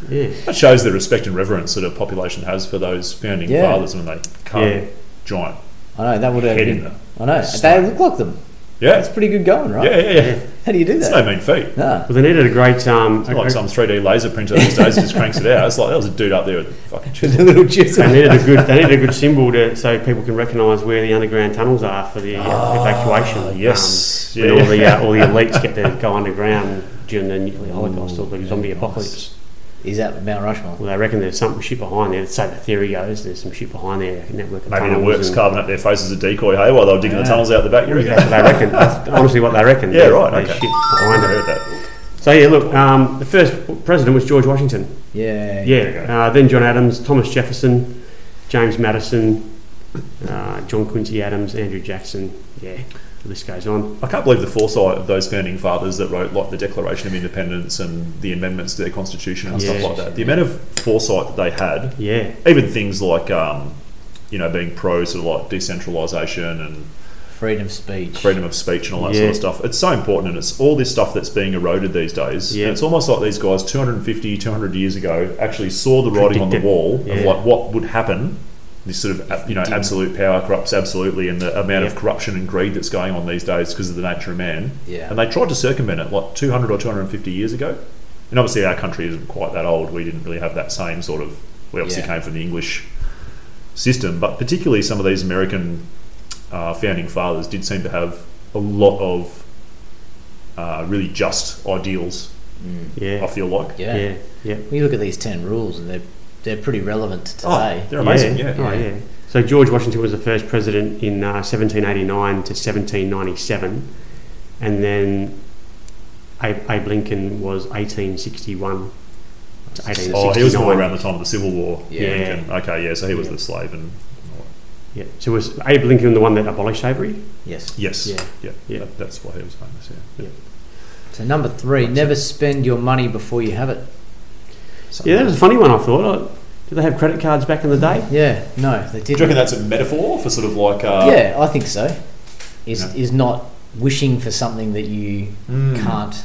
Speaker 4: yeah,
Speaker 3: That shows the respect and reverence that a population has for those founding
Speaker 1: Yeah.
Speaker 3: fathers when they carve
Speaker 4: Yeah.
Speaker 3: giant
Speaker 1: I know that would have
Speaker 3: head in
Speaker 1: been.
Speaker 3: there.
Speaker 1: I know
Speaker 3: Stone.
Speaker 1: they look like them.
Speaker 3: Yeah.
Speaker 1: That's pretty good going, right?
Speaker 3: yeah, yeah, yeah.
Speaker 1: How do you do
Speaker 3: It's
Speaker 1: that? Ah.
Speaker 3: no mean feat.
Speaker 1: No.
Speaker 4: well, they needed a great um,
Speaker 3: It's not like
Speaker 4: a,
Speaker 3: some 3D laser printer these days that just cranks it out. It's like, that was a dude up there with a fucking
Speaker 1: With a
Speaker 3: chisel.
Speaker 1: little
Speaker 4: they
Speaker 1: chisel.
Speaker 4: needed a good they needed a good symbol to so people can recognise where the underground tunnels are for the uh, evacuation.
Speaker 3: Ah, yes.
Speaker 4: um,
Speaker 3: Yeah,
Speaker 4: when all
Speaker 3: yeah.
Speaker 4: the uh, all the elites get to go underground during the nuclear holocaust or the zombie
Speaker 1: nice.
Speaker 4: apocalypse.
Speaker 1: Is that Mount Rushmore?
Speaker 4: Well, they reckon there's something shit behind there. So the theory goes, there's some shit behind there, a network of
Speaker 3: Maybe the
Speaker 4: tunnels
Speaker 3: works
Speaker 4: and-
Speaker 3: carving up their faces a decoy, hey, while they were digging the tunnels out the back. You reckon?
Speaker 4: That's what they reckon. That's honestly what they reckon.
Speaker 3: Yeah, right,
Speaker 4: There's
Speaker 3: okay.
Speaker 4: shit behind
Speaker 3: I
Speaker 4: it.
Speaker 3: heard that.
Speaker 4: So yeah, look, um, the first president was George Washington.
Speaker 1: Yeah.
Speaker 4: Yeah. Uh, then John Adams, Thomas Jefferson, James Madison, uh, John Quincy Adams, Andrew Jackson. Yeah, the list goes on.
Speaker 3: I can't believe the foresight of those founding fathers that wrote like the Declaration of Independence and the amendments to their constitution and stuff
Speaker 4: Yeah.
Speaker 3: like that. The amount of foresight that they had
Speaker 4: Yeah.
Speaker 3: even things like um, you know being pro sort of like decentralization and
Speaker 1: freedom of speech.
Speaker 3: freedom of speech and all that
Speaker 4: Yeah.
Speaker 3: sort of stuff. It's so important, and it's all this stuff that's being eroded these days.
Speaker 4: Yeah.
Speaker 3: And it's almost like these guys 250, 200 years ago actually saw the writing on the
Speaker 4: Predicted.
Speaker 3: wall of
Speaker 4: Yeah.
Speaker 3: like what would happen. This sort of uh, you know
Speaker 4: didn't.
Speaker 3: absolute power corrupts absolutely, and the amount of
Speaker 4: Yep.
Speaker 3: corruption and greed that's going on these days because of the nature of man.
Speaker 1: Yeah.
Speaker 3: And they tried to circumvent it like 200 or 250 years ago. And obviously, our country isn't quite that old. We didn't really have that same sort of. We obviously
Speaker 1: Yeah.
Speaker 3: came from the English system, but particularly some of these American uh, founding fathers did seem to have a lot of uh, really just ideals.
Speaker 1: Mm.
Speaker 4: Yeah.
Speaker 3: I feel like
Speaker 1: yeah.
Speaker 4: Yeah. Yeah. Yeah.
Speaker 1: We look at these 10 rules and they're, they're pretty relevant to
Speaker 3: Oh,
Speaker 1: today.
Speaker 3: they're amazing. Yeah,
Speaker 4: Oh, yeah. So George Washington was the first president in uh, 1789 to 1797, and then Abe, Abe Lincoln was 1861 to
Speaker 3: Oh, he was more
Speaker 4: 1869.
Speaker 3: around the time of the Civil War.
Speaker 1: Yeah.
Speaker 3: Lincoln. Okay. Yeah. So he was
Speaker 4: Yeah.
Speaker 3: the slave, and
Speaker 4: yeah. So was Abe Lincoln the one that abolished slavery?
Speaker 1: Yes.
Speaker 3: yes, yeah,
Speaker 4: Yeah.
Speaker 3: yeah,
Speaker 4: Yeah.
Speaker 3: That, that's why he was famous. Yeah.
Speaker 4: Yeah.
Speaker 1: So, number three, never spend your money before you have it.
Speaker 4: Yeah, that was a funny one. I thought. Like, Did they have credit cards back in the day?
Speaker 1: Yeah, no, they
Speaker 3: Do
Speaker 1: didn't.
Speaker 3: you reckon that's a metaphor for sort of like? Uh,
Speaker 1: yeah, I think so. Is
Speaker 3: Yeah.
Speaker 1: is not wishing for something that you
Speaker 3: mm.
Speaker 1: can't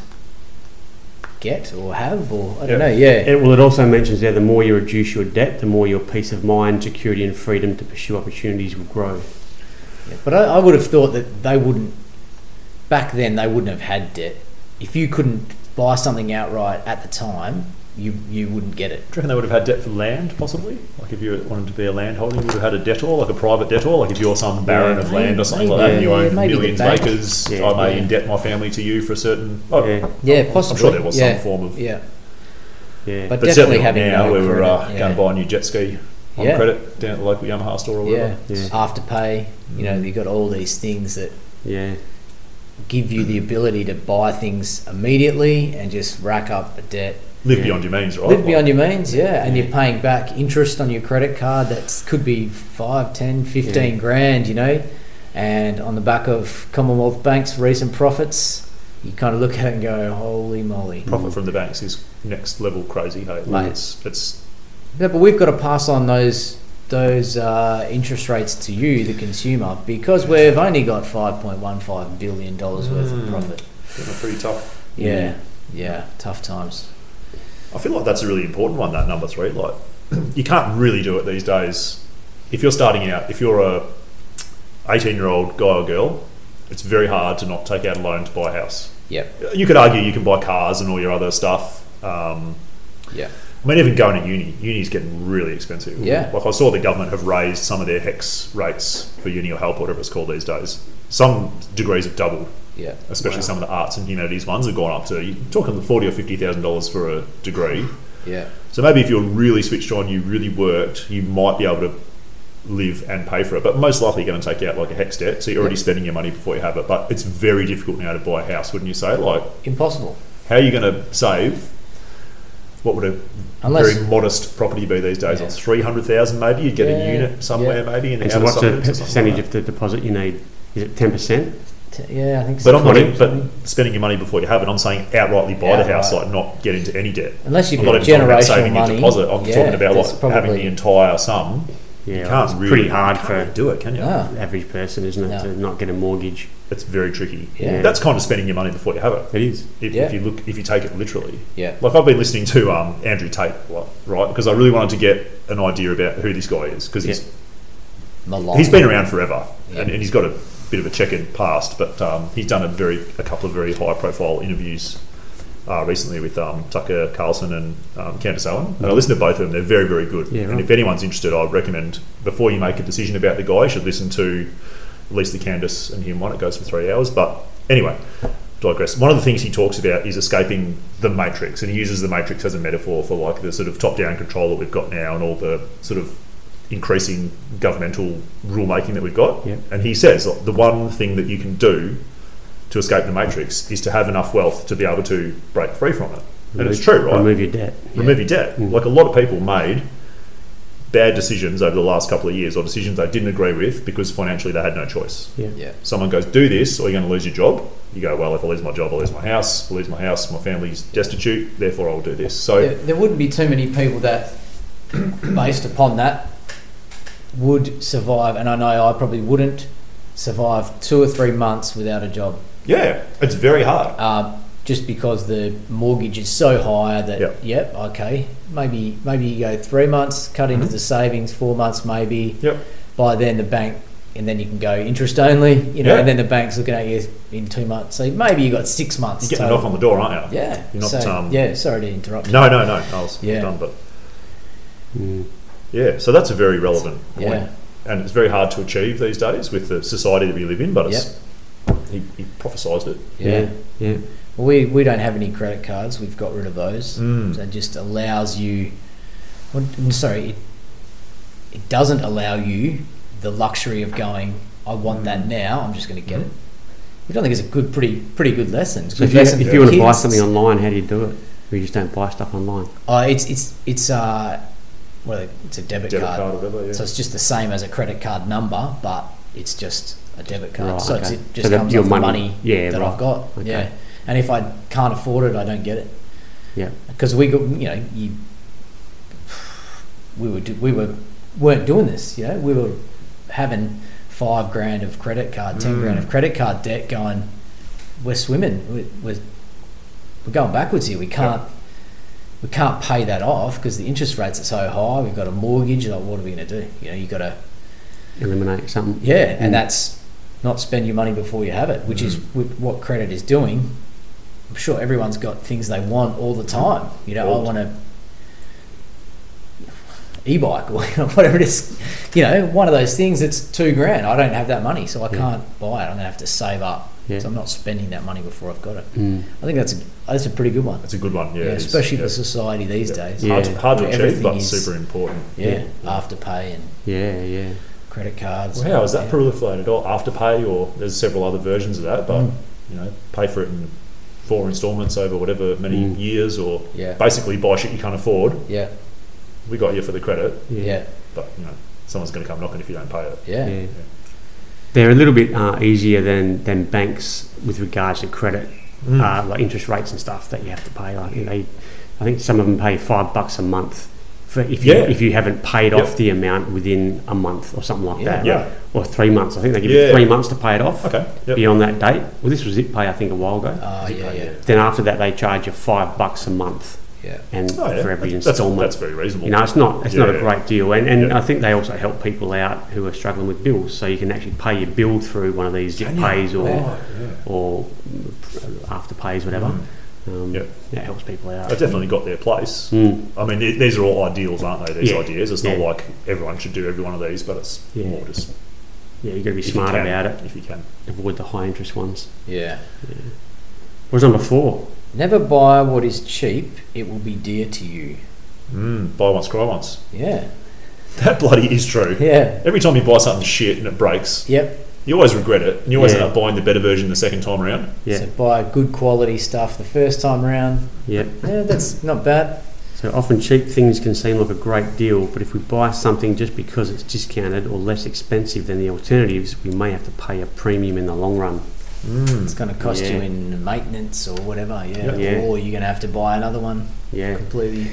Speaker 1: get or have or I
Speaker 3: Yeah.
Speaker 1: don't know. Yeah,
Speaker 4: It, well, it also mentions there the more you reduce your debt, the more your peace of mind, security, and freedom to pursue opportunities will grow.
Speaker 1: Yeah, but I, I would have thought that they wouldn't. Back then, they wouldn't have had debt. If you couldn't buy something outright at the time, you you wouldn't get it.
Speaker 3: Do you reckon they would have had debt for land, possibly? Like if you wanted to be a landholder, you would have had a debtor, like a private debtor. Like if you're some baron of
Speaker 1: Maybe-
Speaker 3: land or something like that, and you
Speaker 1: yeah,
Speaker 3: own
Speaker 1: maybe the
Speaker 3: millions of
Speaker 1: bank.
Speaker 3: acres,
Speaker 4: Yeah,
Speaker 3: I may
Speaker 1: yeah.
Speaker 3: indebt my family to you for a certain. Oh,
Speaker 4: Yeah,
Speaker 1: Yeah,
Speaker 3: I'm
Speaker 1: possibly.
Speaker 3: sure there was
Speaker 1: yeah,
Speaker 3: some form of.
Speaker 1: Yeah,
Speaker 4: yeah.
Speaker 1: but,
Speaker 3: But
Speaker 1: definitely
Speaker 3: certainly
Speaker 1: having
Speaker 3: now,
Speaker 1: no
Speaker 3: we were
Speaker 1: credit,
Speaker 3: uh,
Speaker 1: yeah.
Speaker 3: going to buy a new jet ski on
Speaker 1: Yeah.
Speaker 3: credit down at the local Yamaha store or
Speaker 1: yeah.
Speaker 3: whatever.
Speaker 4: Yeah.
Speaker 1: afterpay. You know,
Speaker 3: Hmm.
Speaker 1: you've got all these things that
Speaker 4: yeah.
Speaker 1: give you the ability to buy things immediately and just rack up the debt.
Speaker 3: Live
Speaker 4: Yeah.
Speaker 3: beyond your means, right?
Speaker 1: Live beyond
Speaker 3: Like,
Speaker 1: your means, yeah, and
Speaker 4: Yeah.
Speaker 1: you're paying back interest on your credit card that could be 5, 10, 15
Speaker 4: Yeah.
Speaker 1: grand, you know. And on the back of Commonwealth Bank's recent profits, you kind of look at it and go, holy moly.
Speaker 3: Profit from the banks is next level crazy. Hey, Like,
Speaker 1: Mate.
Speaker 3: it's it's
Speaker 1: Yeah, but we've got to pass on those those uh, interest rates to you, the consumer, because we've only got $5.15 billion worth of
Speaker 3: Mm.
Speaker 1: profit.
Speaker 3: been a pretty tough.
Speaker 1: Yeah, yeah, tough times.
Speaker 3: I feel like that's a really important one. That number three, like you can't really do it these days. If you're starting out, if you're a 18 year old guy or girl, it's very hard to not take out a loan to buy a house.
Speaker 1: Yep,
Speaker 3: You could argue you can buy cars and all your other stuff. Um,
Speaker 1: yeah.
Speaker 3: I mean, even going to uni, uni's getting really expensive.
Speaker 1: Yeah.
Speaker 3: Like I saw the government have raised some of their hex rates for uni or help, whatever it's called these days. Some degrees have doubled,
Speaker 1: Yeah,
Speaker 3: especially some of the arts and humanities ones have gone up to you're talking forty or fifty thousand dollars for a degree.
Speaker 1: yeah,
Speaker 3: So maybe if you're really switched on, you really worked, you might be able to live and pay for it. But most likely you're going to take out like a hex debt, so you're already spending your money before you have it. But it's very difficult now to buy a house, wouldn't you say? Like,
Speaker 1: impossible.
Speaker 3: how are you going to save? What would a
Speaker 1: Unless
Speaker 3: very modest property be these days?
Speaker 1: Yeah.
Speaker 3: Like three hundred thousand, maybe you'd get
Speaker 1: Yeah,
Speaker 3: a unit somewhere, maybe in the
Speaker 4: And so,
Speaker 3: outer
Speaker 4: what's the
Speaker 3: suburbs or something
Speaker 4: percentage
Speaker 3: like
Speaker 4: of the deposit you need? Is it ten percent?
Speaker 1: T- Yeah, I think
Speaker 3: that.
Speaker 1: so.
Speaker 3: But I'm not. in-
Speaker 4: 20,
Speaker 3: But spending your money before you have it, I'm saying outrightly buy the house,
Speaker 1: Outright.
Speaker 3: like not get into any debt.
Speaker 1: Unless you've
Speaker 3: I'm not
Speaker 1: got
Speaker 3: even talking about
Speaker 1: generational
Speaker 3: saving
Speaker 1: money.
Speaker 3: your deposit. I'm
Speaker 1: yeah,
Speaker 3: talking about
Speaker 1: that's
Speaker 3: like
Speaker 1: probably,
Speaker 3: having the entire sum.
Speaker 4: Yeah,
Speaker 3: you can't
Speaker 4: it's
Speaker 3: really,
Speaker 4: pretty hard
Speaker 3: you can't
Speaker 4: for
Speaker 3: really do it, can you?
Speaker 1: Ah,
Speaker 4: the average person, isn't it,
Speaker 1: No.
Speaker 4: to not get a mortgage?
Speaker 3: It's very tricky.
Speaker 1: Yeah.
Speaker 3: That's kind of spending your money before you have it.
Speaker 4: It is.
Speaker 3: If,
Speaker 1: Yeah.
Speaker 3: if you look, if you take it literally,
Speaker 1: yeah,
Speaker 3: like I've been listening to um, Andrew Tate, a lot, right? Because I really wanted to get an idea about who this guy is because he's
Speaker 1: Milan.
Speaker 3: he's been around forever
Speaker 1: Yeah.
Speaker 3: and, and he's got a bit of a checkered past, but um, he's done a very a couple of very high profile interviews uh, recently with um, Tucker Carlson and um, Candace Owen. And I listened to both of them; they're very very good.
Speaker 4: Mm-hmm. Yeah,
Speaker 3: And
Speaker 4: right.
Speaker 3: if anyone's interested, I recommend before you make a decision about the guy, you should listen to at least the Candace and him one. It goes for three hours, but anyway. Digress. One of the things he talks about is escaping the matrix, and he uses the matrix as a metaphor for like the sort of top-down control that we've got now, and all the sort of increasing governmental rulemaking that we've got.
Speaker 4: Yep.
Speaker 3: And he says like, the one thing that you can do to escape the matrix is to have enough wealth to be able to break free from it. And it's true, right?
Speaker 4: Remove Mm. your debt.
Speaker 3: Remove your debt. Like a lot of people made bad decisions over the last couple of years or decisions they didn't agree with because financially they had no choice.
Speaker 4: Yeah.
Speaker 1: yeah,
Speaker 3: Someone goes, do this or you're going to lose your job. You go, well, if I lose my job, I lose my house. If I lose my house, my family's destitute, therefore I'll do this. So,
Speaker 1: there, there wouldn't be too many people that, based upon that, would survive, and I know I probably wouldn't survive two or three months without a job
Speaker 3: Yeah, it's very hard.
Speaker 1: uh, just because the mortgage is so high that
Speaker 3: Yep.
Speaker 1: yep, okay maybe maybe you go three months cut into the savings four months maybe
Speaker 3: Mm-hmm. Yep.
Speaker 1: by then the bank and then you can go interest only you know
Speaker 3: Yeah.
Speaker 1: and then the bank's looking at you in two months so maybe you got six months
Speaker 3: You're getting it
Speaker 1: total.
Speaker 3: off on the door, aren't you?
Speaker 1: yeah
Speaker 3: You're not,
Speaker 1: so,
Speaker 3: um,
Speaker 1: yeah sorry to interrupt
Speaker 3: No, no, no. I was
Speaker 1: Yeah.
Speaker 3: done, but
Speaker 4: Mm.
Speaker 3: yeah. So that's a very relevant point,
Speaker 1: yeah
Speaker 3: and it's very hard to achieve these days with the society that we live in. But it's he, he prophesized it.
Speaker 1: yeah,
Speaker 4: Yeah. Yeah.
Speaker 1: Well, we we don't have any credit cards we've got rid of those
Speaker 3: Mm.
Speaker 1: That just allows you. well, I'm sorry, it, it doesn't allow you the luxury of going. I want
Speaker 4: Mm.
Speaker 1: that now. I'm just going to get it. I don't think it's a good, pretty, pretty good lesson. It's a
Speaker 4: So if
Speaker 1: good
Speaker 4: you,
Speaker 1: lesson
Speaker 4: if
Speaker 1: for
Speaker 4: you want to buy
Speaker 1: kids.
Speaker 4: something online, how do you do it? We just don't buy stuff online.
Speaker 1: oh, it's it's it's uh, well, it's a debit,
Speaker 3: Debit
Speaker 1: card,
Speaker 3: card, or whatever. Yeah.
Speaker 1: so it's just the same as a credit card number, but it's just a debit card.
Speaker 4: Right,
Speaker 1: so
Speaker 4: okay.
Speaker 1: it's, it
Speaker 4: So
Speaker 1: just
Speaker 4: that
Speaker 1: comes
Speaker 4: your
Speaker 1: off
Speaker 4: money-
Speaker 1: the money
Speaker 4: yeah,
Speaker 1: that
Speaker 4: right.
Speaker 1: I've got.
Speaker 4: Okay.
Speaker 1: Yeah, and if I can't afford it, I don't get it.
Speaker 4: Yeah.
Speaker 1: because we got you know you we were do, we were weren't doing this. You know, we were having five grand of credit card, ten grand of
Speaker 3: Mm.
Speaker 1: credit card debt. Going, we're swimming. We, we're we're going backwards here. We can't. We can't pay that off because the interest rates are so high. We've got a mortgage. Like, what are we going to do? You know, you got to
Speaker 4: Eliminate something.
Speaker 1: yeah, and
Speaker 4: Mm.
Speaker 1: that's not spend your money before you have it, which is
Speaker 3: Mm.
Speaker 1: wh- what credit is doing. I'm sure everyone's got things they want all the time. You know,
Speaker 3: All
Speaker 1: I
Speaker 3: the
Speaker 1: want a e-bike or whatever it is. You know, one of those things that's two grand. I don't have that money, so I
Speaker 4: Yeah.
Speaker 1: can't buy it. I'm gonna have to save up.
Speaker 4: Yeah.
Speaker 1: So I'm not spending that money before I've got it.
Speaker 4: Mm.
Speaker 1: I think that's a, that's a pretty good one,
Speaker 3: That's a good one. Yeah,
Speaker 1: yeah,
Speaker 3: it is,
Speaker 1: especially
Speaker 3: yeah.
Speaker 1: for society these days.
Speaker 4: Yeah.
Speaker 3: Hard to, hard to achieve,
Speaker 1: Everything
Speaker 3: but
Speaker 1: is-
Speaker 3: super important.
Speaker 1: Yeah,
Speaker 4: Yeah.
Speaker 1: afterpay and
Speaker 4: Yeah, yeah.
Speaker 1: credit cards.
Speaker 3: Well, how is that
Speaker 1: Yeah.
Speaker 3: proliferated? Or afterpay, or there's several other versions of that, but
Speaker 1: Mm.
Speaker 3: you know, pay for it in four installments over whatever many
Speaker 4: Mm.
Speaker 3: years, or
Speaker 1: Yeah,
Speaker 3: basically buy shit you can't afford.
Speaker 1: yeah,
Speaker 3: We got you for the credit,
Speaker 1: yeah,
Speaker 3: but you know, someone's going to come knocking if you don't pay it.
Speaker 1: yeah.
Speaker 4: Yeah. They're a little bit uh, easier than, than banks with regards to credit,
Speaker 3: Mm.
Speaker 4: uh, like interest rates and stuff that you have to pay. Like they, I think some of them pay five bucks a month for if you
Speaker 3: Yeah.
Speaker 4: if you haven't paid
Speaker 3: Yep.
Speaker 4: off the amount within a month or something like that,
Speaker 3: yeah.
Speaker 4: or three months. I think they give
Speaker 3: Yeah.
Speaker 4: you three months to pay it off.
Speaker 3: Okay. Yep. Uh.
Speaker 4: Beyond that date, well, this was it pay I think a while ago.
Speaker 1: Oh, yeah, yeah,
Speaker 4: Then after that, they charge you five bucks a month,
Speaker 1: yeah.
Speaker 4: and
Speaker 3: Oh, yeah.
Speaker 4: for every
Speaker 3: That's-
Speaker 4: instalment.
Speaker 3: That's, that's very reasonable.
Speaker 4: You know, it's not it's not
Speaker 3: Yeah.
Speaker 4: a great deal, and, and
Speaker 3: Yeah.
Speaker 4: I think they also help people out who are struggling with bills, so you can actually pay your bill through one of these zip
Speaker 3: Can you?
Speaker 4: pays or
Speaker 1: Yeah.
Speaker 4: or after pays, whatever.
Speaker 3: Mm.
Speaker 4: Um,
Speaker 3: Yeah.
Speaker 4: That helps people out.
Speaker 3: They've definitely got their place.
Speaker 4: Mm.
Speaker 3: I mean, th- these are all ideals, aren't they? These
Speaker 4: Yeah.
Speaker 3: ideas. It's not
Speaker 4: Yeah.
Speaker 3: like everyone should do every one of these, but it's
Speaker 4: Yeah.
Speaker 3: more just
Speaker 4: Yeah, you got to be
Speaker 3: if you
Speaker 4: smart
Speaker 3: can,
Speaker 4: about it.
Speaker 3: if you can.
Speaker 4: Avoid the high interest ones.
Speaker 1: Yeah.
Speaker 4: What was number four?
Speaker 1: Never buy what is cheap, it will be dear to you.
Speaker 3: Mm, buy once, cry once.
Speaker 1: Yeah.
Speaker 3: That bloody is true.
Speaker 1: Yeah.
Speaker 3: Every time you buy something shit and it breaks,
Speaker 1: Yep.
Speaker 3: you always regret it, and you always
Speaker 4: Yeah.
Speaker 3: end up buying the better version the second time around.
Speaker 4: Yeah,
Speaker 1: So buy good quality stuff the first time round.
Speaker 4: yeah.
Speaker 1: Yeah, that's not bad.
Speaker 4: So often cheap things can seem like a great deal, but if we buy something just because it's discounted or less expensive than the alternatives, we may have to pay a premium in the long run.
Speaker 3: Mm.
Speaker 1: It's going to cost you
Speaker 4: Yeah.
Speaker 1: in maintenance or whatever. Yeah.
Speaker 4: Yeah.
Speaker 1: Or you're going to have to buy another one,
Speaker 4: Yeah,
Speaker 1: completely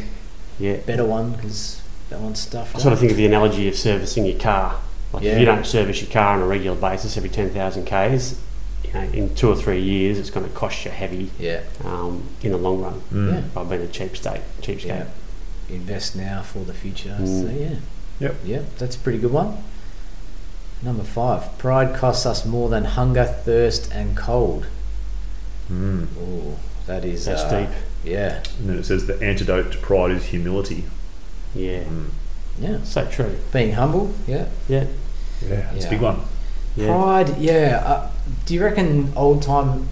Speaker 4: yeah.
Speaker 1: better one, because that one's stuffed.
Speaker 4: I
Speaker 1: up.
Speaker 4: sort of think of the analogy of servicing your car. Like
Speaker 1: Yeah.
Speaker 4: if you don't service your car on a regular basis every ten thousand k's, you know, in two or three years, it's going to cost you heavy
Speaker 1: Yeah.
Speaker 4: um, in the long run
Speaker 3: Mm.
Speaker 1: Yeah.
Speaker 4: by being a cheap state, cheapskate.
Speaker 1: Yeah. Invest now for the future.
Speaker 4: Mm.
Speaker 1: So, yeah.
Speaker 3: Yep.
Speaker 1: Yep. That's a pretty good one. Number five. Pride costs us more than hunger, thirst, and cold.
Speaker 3: Mm.
Speaker 1: Ooh, that is
Speaker 4: That's
Speaker 1: uh,
Speaker 4: deep.
Speaker 1: Yeah,
Speaker 3: And then it says the antidote to pride is humility.
Speaker 4: Yeah,
Speaker 1: yeah.
Speaker 4: so true.
Speaker 1: Being humble. Yeah.
Speaker 4: Yeah,
Speaker 3: Yeah, it's
Speaker 1: Yeah.
Speaker 3: a big one.
Speaker 4: yeah.
Speaker 1: Pride. Yeah. Uh, do you reckon old time,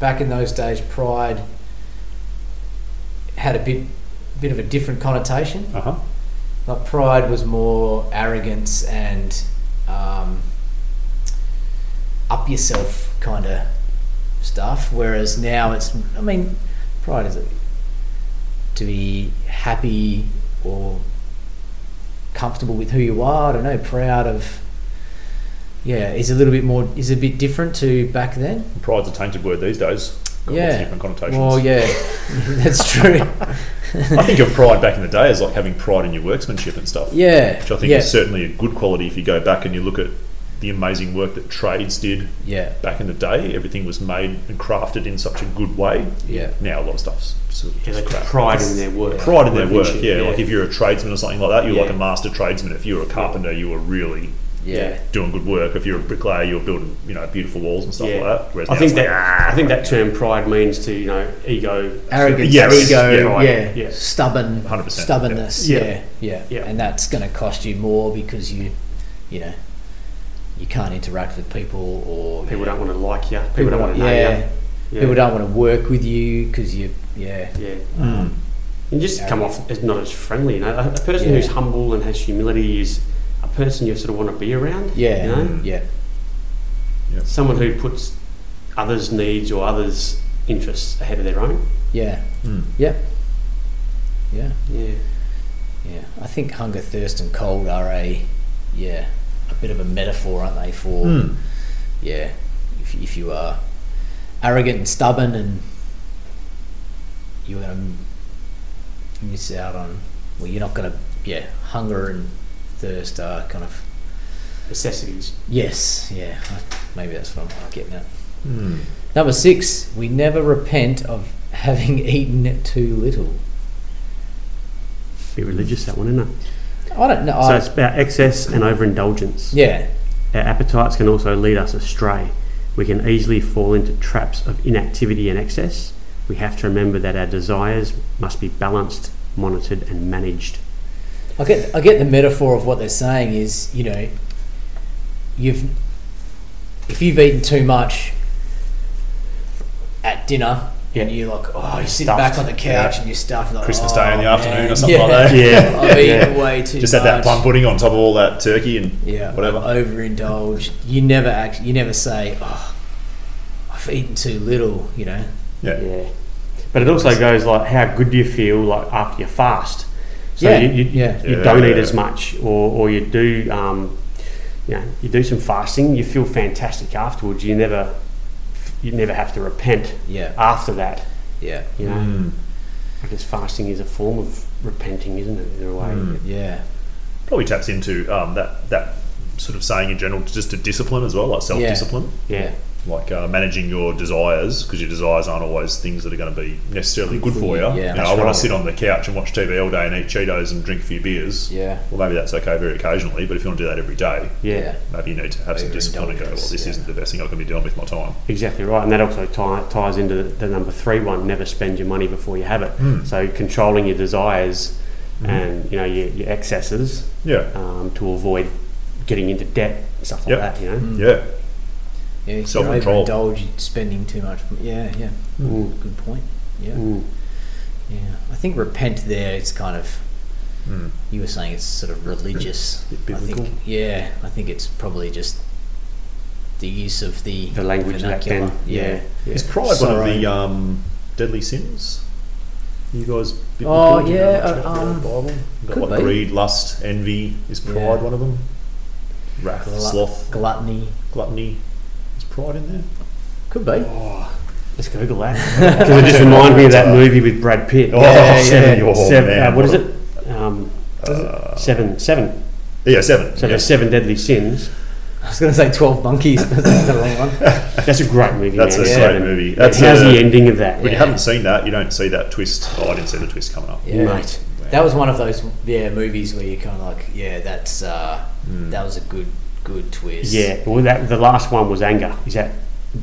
Speaker 1: back in those days, pride had a bit, bit of a different connotation?
Speaker 3: Uh huh.
Speaker 1: Like pride was more arrogance and um, up yourself kind of stuff. Whereas now it's, I mean, pride is a, to be happy or comfortable with who you are. I don't know, proud of. Yeah, is a little bit more is a bit different to back then.
Speaker 3: Pride's a tainted word these days. Got lots
Speaker 1: Yeah.
Speaker 3: of different connotations.
Speaker 1: Well, yeah, that's true.
Speaker 3: I think of pride back in the day as like having pride in your worksmanship and stuff,
Speaker 1: Yeah,
Speaker 3: which I think
Speaker 1: yeah,
Speaker 3: is certainly a good quality if you go back and you look at the amazing work that trades did
Speaker 1: Yeah,
Speaker 3: back in the day. Everything was made and crafted in such a good way.
Speaker 1: yeah,
Speaker 3: Now a lot of stuff's sort of
Speaker 4: Yeah,
Speaker 3: just
Speaker 4: they took
Speaker 3: crap.
Speaker 4: pride in their work.
Speaker 3: Pride in their work,
Speaker 4: Workmanship,
Speaker 3: yeah. Like if you're a tradesman or something like that, you're like
Speaker 4: Yeah.
Speaker 3: a master tradesman. If you were a carpenter, you were really
Speaker 1: yeah,
Speaker 3: doing good work. If you're a bricklayer, you're building, you know, beautiful walls and stuff
Speaker 4: Yeah.
Speaker 3: like that. Whereas
Speaker 4: I
Speaker 3: now
Speaker 4: think
Speaker 3: it's like,
Speaker 4: that I think that term pride means to you know ego.
Speaker 1: Arrogance,
Speaker 3: Yes, yeah,
Speaker 1: ego,
Speaker 3: right,
Speaker 1: yeah,
Speaker 4: yeah.
Speaker 1: stubborn,
Speaker 3: 100%, yeah.
Speaker 1: stubbornness,
Speaker 4: Yeah.
Speaker 1: yeah. Yeah,
Speaker 4: Yeah.
Speaker 1: and that's going to cost you more because you, you know, you can't interact with people or you
Speaker 4: People
Speaker 1: know,
Speaker 4: don't want to like you. People don't want to know
Speaker 1: yeah,
Speaker 4: you. Yeah.
Speaker 1: people don't want to work with you because you, yeah,
Speaker 4: Yeah.
Speaker 3: Mm.
Speaker 4: You just come off as not as friendly. You know, a, a person
Speaker 1: Yeah.
Speaker 4: who's humble and has humility is a person you sort of want to be around.
Speaker 1: yeah,
Speaker 4: You know,
Speaker 1: yeah,
Speaker 4: someone who puts others' needs or others' interests ahead of their own.
Speaker 1: yeah,
Speaker 3: Mm.
Speaker 1: yeah, yeah.
Speaker 4: Yeah.
Speaker 1: Yeah, I think hunger, thirst, and cold are a yeah a bit of a metaphor, aren't they?
Speaker 4: Hmm.
Speaker 1: For
Speaker 3: Mm.
Speaker 1: yeah, if, if you are arrogant and stubborn, and you're going to miss out on well, you're not going to yeah. Hunger and thirst are kind of
Speaker 4: Necessities.
Speaker 1: yes, yeah. I- Maybe that's what I'm getting at.
Speaker 3: Mm.
Speaker 1: Number six, we never repent of having eaten too little.
Speaker 4: Be religious, that one, isn't it?
Speaker 1: I don't know.
Speaker 4: so
Speaker 1: I,
Speaker 4: it's about excess and overindulgence.
Speaker 1: yeah,
Speaker 4: Our appetites can also lead us astray. We can easily fall into traps of inactivity and excess. We have to remember that our desires must be balanced, monitored, and managed.
Speaker 1: I get I get the metaphor of what they're saying is you know you've if you've eaten too much at dinner
Speaker 4: Yeah.
Speaker 1: and you're like oh you sit
Speaker 4: Stuffed.
Speaker 1: back on the couch
Speaker 3: Yeah.
Speaker 1: and you're stuffed like,
Speaker 3: Christmas
Speaker 1: oh,
Speaker 3: Day in the afternoon
Speaker 1: man,
Speaker 3: or something
Speaker 1: yeah,
Speaker 3: like that.
Speaker 4: Yeah.
Speaker 1: I've
Speaker 4: Yeah.
Speaker 1: eaten way too
Speaker 3: Just
Speaker 1: much
Speaker 3: had that plum pudding on top of all that turkey and
Speaker 1: yeah
Speaker 3: whatever.
Speaker 1: overindulged you never actually you never say oh I've eaten too little you know
Speaker 4: Yeah. But it also goes like, how good do you feel like after you fast? So
Speaker 1: Yeah,
Speaker 4: you, you,
Speaker 1: yeah.
Speaker 4: you
Speaker 3: Yeah.
Speaker 4: don't eat as much, or, or you do, um, you know, you do some fasting. You feel fantastic afterwards. You never, you never have to repent
Speaker 1: yeah
Speaker 4: after that.
Speaker 1: yeah
Speaker 4: You know,
Speaker 3: Mm.
Speaker 4: I guess fasting is a form of repenting, isn't it? In a way,
Speaker 1: Hmm.
Speaker 3: Mm.
Speaker 1: yeah
Speaker 3: Probably taps into um, that that sort of saying in general, just to discipline as well, like self discipline,
Speaker 4: yeah.
Speaker 3: like uh, managing your desires because your desires aren't always things that are going to be necessarily good for you.
Speaker 1: Yeah,
Speaker 3: you know,
Speaker 1: that's
Speaker 3: I want
Speaker 4: right.
Speaker 3: to sit on the couch and watch TV all day and eat Cheetos and drink a few beers.
Speaker 1: yeah
Speaker 3: Well, maybe that's okay very occasionally, but if you want to do that every day,
Speaker 4: yeah,
Speaker 1: Yeah.
Speaker 3: maybe you need to have some discipline and go, well, this
Speaker 1: Overindulgence, yeah.
Speaker 3: isn't the best thing I can be doing with my time.
Speaker 4: Exactly right, and that also tie, ties into the, the number three one: never spend your money before you have it.
Speaker 3: Mm.
Speaker 4: So controlling your desires
Speaker 3: Hmm.
Speaker 4: and you know your, your excesses
Speaker 3: Yeah,
Speaker 4: um, to avoid getting into debt and stuff like
Speaker 3: Yep.
Speaker 4: that. You know,
Speaker 1: Mm.
Speaker 3: yeah.
Speaker 1: yeah if you're
Speaker 3: Self-control.
Speaker 1: overindulged you're spending too much yeah yeah
Speaker 4: Mm.
Speaker 1: good point
Speaker 3: Hmm.
Speaker 1: yeah
Speaker 4: Mm.
Speaker 1: Yeah, I think repent there is kind of
Speaker 3: Mm.
Speaker 1: you were saying it's sort of religious.
Speaker 3: Bit
Speaker 1: I
Speaker 3: biblical.
Speaker 1: think yeah, I think it's probably just the use of the
Speaker 4: the language back
Speaker 1: vernacular.
Speaker 4: then. Yeah, yeah.
Speaker 3: Is pride one of the
Speaker 1: Sorrow.
Speaker 3: um, deadly sins? You guys, biblical,
Speaker 1: Oh,
Speaker 3: do you
Speaker 1: yeah,
Speaker 3: know much about
Speaker 1: uh,
Speaker 3: the
Speaker 1: um,
Speaker 3: Bible. Got
Speaker 1: could
Speaker 3: like
Speaker 1: be.
Speaker 3: greed, lust, envy. Is pride
Speaker 1: Yeah.
Speaker 3: one of them? Wrath,
Speaker 1: Glut-
Speaker 3: sloth,
Speaker 1: gluttony
Speaker 3: gluttony. Is pride in there?
Speaker 1: could be.
Speaker 4: Oh, let's Google that. Because it just reminded me of that movie with Brad Pitt.
Speaker 3: Oh,
Speaker 1: Yeah,
Speaker 3: seven,
Speaker 1: yeah.
Speaker 3: oh,
Speaker 4: Seven-
Speaker 3: man,
Speaker 4: uh, what is
Speaker 3: a-
Speaker 4: it? Um, seven, seven.
Speaker 3: Yeah, seven.
Speaker 4: So
Speaker 3: yeah.
Speaker 4: there's seven deadly sins.
Speaker 1: I was going to say twelve monkeys, but that's the wrong one.
Speaker 4: That's a great movie.
Speaker 3: That's
Speaker 4: man.
Speaker 3: a
Speaker 4: Seven.
Speaker 3: great movie.
Speaker 4: That's
Speaker 3: That's
Speaker 4: How's
Speaker 3: a-
Speaker 4: the ending of that,
Speaker 3: When you
Speaker 1: Yeah.
Speaker 3: haven't seen that, you don't see that twist. Oh, I didn't see the twist coming up.
Speaker 1: Yeah.
Speaker 4: mate?
Speaker 1: That was one of those yeah movies where you're kind of like yeah that's uh, that was a good good twist.
Speaker 4: Yeah, well, that the last one was anger. Is that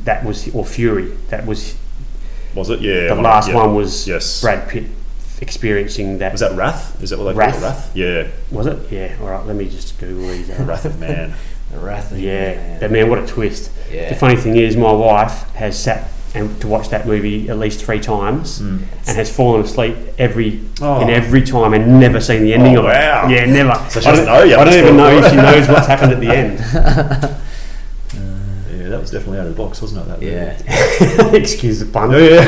Speaker 4: that was or fury? That was
Speaker 3: Was it? Yeah.
Speaker 4: the
Speaker 3: one-
Speaker 4: last
Speaker 3: yeah.
Speaker 4: one was
Speaker 3: Yes.
Speaker 4: Brad Pitt experiencing that.
Speaker 3: Was that wrath? Is that what they call
Speaker 4: Wrath.
Speaker 3: it? Wrath. Yeah.
Speaker 4: Was it? Yeah. All right. Let me just Google these.
Speaker 3: The
Speaker 4: out.
Speaker 3: wrath of man.
Speaker 1: the wrath. of-
Speaker 4: yeah. But man, what a twist!
Speaker 1: yeah.
Speaker 4: The funny thing is, my wife has sat and to watch that movie at least three times,
Speaker 3: Mm.
Speaker 4: and has fallen asleep every
Speaker 3: Oh.
Speaker 4: in every time and never seen the ending
Speaker 3: Oh,
Speaker 4: of
Speaker 3: wow.
Speaker 4: it. Yeah, never.
Speaker 3: So she
Speaker 4: I
Speaker 3: doesn't
Speaker 4: don't,
Speaker 3: know yet.
Speaker 4: I don't
Speaker 3: That's
Speaker 4: even know
Speaker 3: cool.
Speaker 4: if she knows what's happened at the end.
Speaker 3: Yeah, that was definitely out of the box, wasn't it? That movie?
Speaker 1: yeah.
Speaker 4: Excuse the pun.
Speaker 3: Yeah.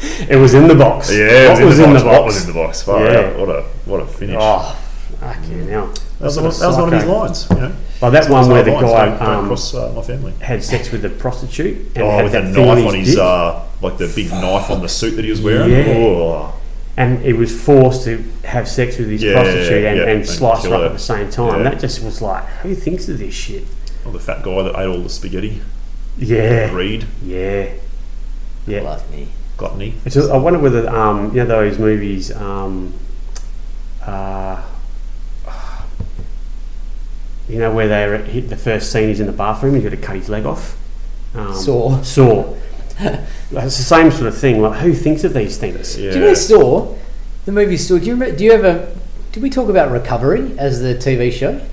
Speaker 4: It was in the box.
Speaker 3: Yeah,
Speaker 4: what
Speaker 3: it
Speaker 4: was in the box?
Speaker 3: What was in the box? Far
Speaker 4: Yeah.
Speaker 3: out. What a what a finish.
Speaker 4: Oh, fucking hell.
Speaker 3: that was,
Speaker 4: What a
Speaker 3: one- that was one of his
Speaker 4: psycho.
Speaker 3: lines. You know,
Speaker 4: Like that one
Speaker 3: Some
Speaker 4: where
Speaker 3: of
Speaker 4: the
Speaker 3: his lines,
Speaker 4: guy
Speaker 3: don't, don't
Speaker 4: um,
Speaker 3: cross uh, my family.
Speaker 4: had sex with a prostitute and
Speaker 3: Oh,
Speaker 4: had
Speaker 3: with a
Speaker 4: that
Speaker 3: knife
Speaker 4: thorny
Speaker 3: on his
Speaker 4: dick.
Speaker 3: uh, like the big knife on the suit that he was wearing.
Speaker 4: Yeah.
Speaker 3: Oh,
Speaker 4: and he was forced to have sex with his
Speaker 3: Yeah,
Speaker 4: prostitute and,
Speaker 3: yeah,
Speaker 4: and
Speaker 3: and
Speaker 4: slice her
Speaker 3: kill
Speaker 4: up
Speaker 3: her.
Speaker 4: at the same time.
Speaker 3: Yeah.
Speaker 4: That just was like, who thinks of this shit?
Speaker 3: Oh, the fat guy that ate all the spaghetti.
Speaker 4: Yeah,
Speaker 3: Greed,
Speaker 4: yeah, yeah.
Speaker 1: Love me.
Speaker 3: gluttony.
Speaker 4: It's just, I wonder whether um, you know those movies. Um, uh, you know where they hit the first scene is in the bathroom. He's got to cut his leg off. Um,
Speaker 1: Saw.
Speaker 4: Saw. Like, it's the same sort of thing. Like who thinks of these things?
Speaker 3: Yeah.
Speaker 1: Do you know Saw? The movie Saw. Do you remember? Do you ever? Did we talk about Recovery as the TV show?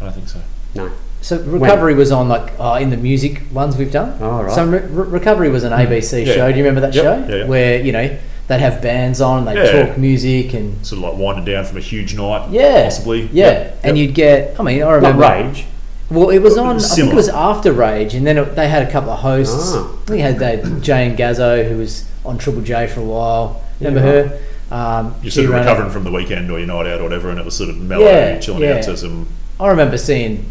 Speaker 3: I don't think so.
Speaker 4: No.
Speaker 1: So Recovery was on like oh, in the music ones we've done.
Speaker 4: All right.
Speaker 1: So Re- Re- Recovery was an ABC
Speaker 3: Oh, Mm. Yeah.
Speaker 1: show. Do you remember that
Speaker 3: Yep.
Speaker 1: show
Speaker 3: Yeah, yeah.
Speaker 1: where you know they'd have bands on, they'd
Speaker 3: Yeah.
Speaker 1: talk music and
Speaker 3: Sort of like winding down from a huge night.
Speaker 1: yeah,
Speaker 3: Possibly.
Speaker 1: yeah, and you'd get. I mean, I
Speaker 4: Not
Speaker 1: remember.
Speaker 4: rage.
Speaker 1: Well, it was
Speaker 3: Well, it
Speaker 1: on.
Speaker 3: was
Speaker 1: I think
Speaker 3: similar.
Speaker 1: it was after Rage, and then it, they had a couple of hosts.
Speaker 4: Ah.
Speaker 1: I think they had that Jane Gazzo, who was on Triple J for a while. Remember
Speaker 4: Yeah,
Speaker 1: her? Um,
Speaker 3: You're
Speaker 1: she
Speaker 3: sort of
Speaker 1: ran it.
Speaker 3: recovering from the weekend or your night out or whatever, and it was sort of mellow,
Speaker 1: Yeah,
Speaker 3: chilling
Speaker 1: yeah.
Speaker 3: out to some.
Speaker 1: I remember seeing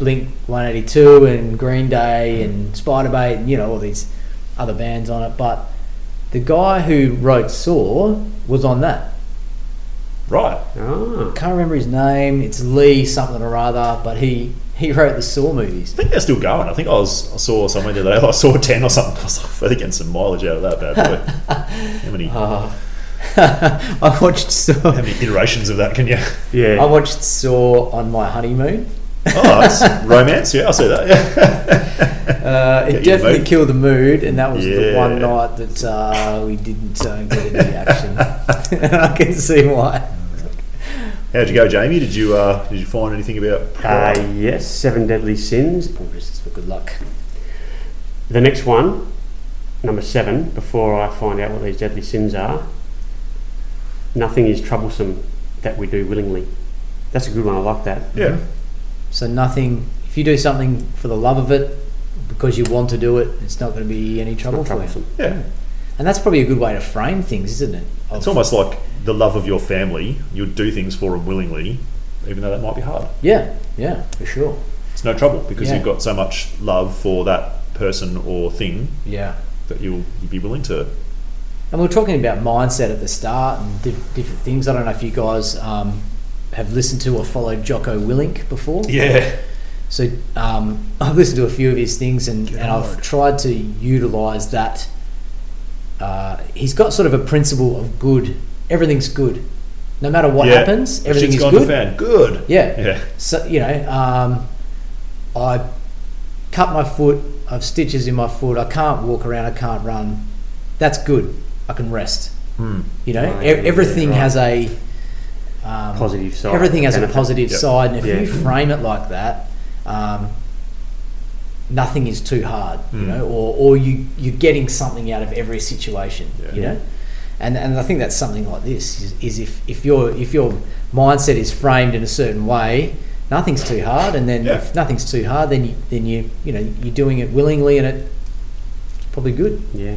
Speaker 1: Blink 182 and Green Day and Spiderbait and you know all these other bands on it, but the guy who wrote Saw was on that.
Speaker 3: Right.
Speaker 4: Ah.
Speaker 1: Can't remember his name. It's Lee something or other, but he he wrote the Saw movies.
Speaker 3: I think they're still going. I think I, was, I saw somewhere the other day, I saw 10 or something. I was like, they're getting some mileage out of that bad boy. how, many, how
Speaker 1: Oh. I watched Saw.
Speaker 3: many iterations of that can you?
Speaker 1: I
Speaker 4: Yeah.
Speaker 1: watched Saw on my honeymoon.
Speaker 3: Oh, that's romance. Yeah, I see that. Yeah.
Speaker 1: Uh, it
Speaker 3: Get your
Speaker 1: definitely
Speaker 3: vote.
Speaker 1: killed the mood, and that was the one
Speaker 3: Yeah.
Speaker 1: night that uh, we didn't uh, get any action. and I can see why.
Speaker 3: How'd you go, Jamie? Did you uh, did you find anything about?
Speaker 4: Uh, yes. Seven deadly sins.
Speaker 1: Just for good luck.
Speaker 4: The next one, number seven, before I find out what these deadly sins are, nothing is troublesome that we do willingly. That's a good one, I like that.
Speaker 1: Mm-hmm.
Speaker 3: yeah,
Speaker 1: So nothing. If you do something for the love of it, because you want to do it, it's not going to be any
Speaker 4: It's
Speaker 1: trouble
Speaker 4: not
Speaker 1: for you.
Speaker 4: troublesome.
Speaker 3: yeah.
Speaker 1: And that's probably a good way to frame things, isn't it? Of-
Speaker 3: It's almost like the love of your family. You'll do things for them willingly, even though that might be hard.
Speaker 1: yeah, yeah, for sure.
Speaker 3: It's no trouble because
Speaker 1: Yeah.
Speaker 3: you've got so much love for that person or thing
Speaker 1: Yeah.
Speaker 3: that you'll you'd be willing to.
Speaker 1: And we are talking about mindset at the start and diff- different things. I don't know if you guys um, have listened to or followed Jocko Willink before.
Speaker 3: Yeah,
Speaker 1: So um, I've listened to a few of his things, and, and I've tried to utilize that. Uh, he's got sort of a principle of good. Everything's good, no matter what
Speaker 3: Yeah.
Speaker 1: happens. Everything is
Speaker 3: Shit's gone to
Speaker 1: good.
Speaker 3: fan. Good.
Speaker 1: Yeah.
Speaker 3: Yeah,
Speaker 1: So you know, um, I cut my foot. I've stitches in my foot. I can't walk around. I can't run. That's good. I can rest.
Speaker 3: Hmm.
Speaker 1: You know,
Speaker 4: Right,
Speaker 1: e- everything
Speaker 4: right.
Speaker 1: has a um,
Speaker 4: Positive side.
Speaker 1: Everything has
Speaker 4: benefit.
Speaker 1: a positive
Speaker 3: Yep.
Speaker 1: side, and if
Speaker 4: Yeah.
Speaker 1: you frame it like that, um, nothing is too hard, you
Speaker 3: Mm.
Speaker 1: know, or, or you, you're getting something out of every situation,
Speaker 3: Yeah.
Speaker 1: you know. And, and I think that's something like this is, is if, if your if your mindset is framed in a certain way, nothing's too hard, and then
Speaker 3: Yeah.
Speaker 1: if nothing's too hard, then you then you you know you're doing it willingly, and it's probably good.
Speaker 4: Yeah.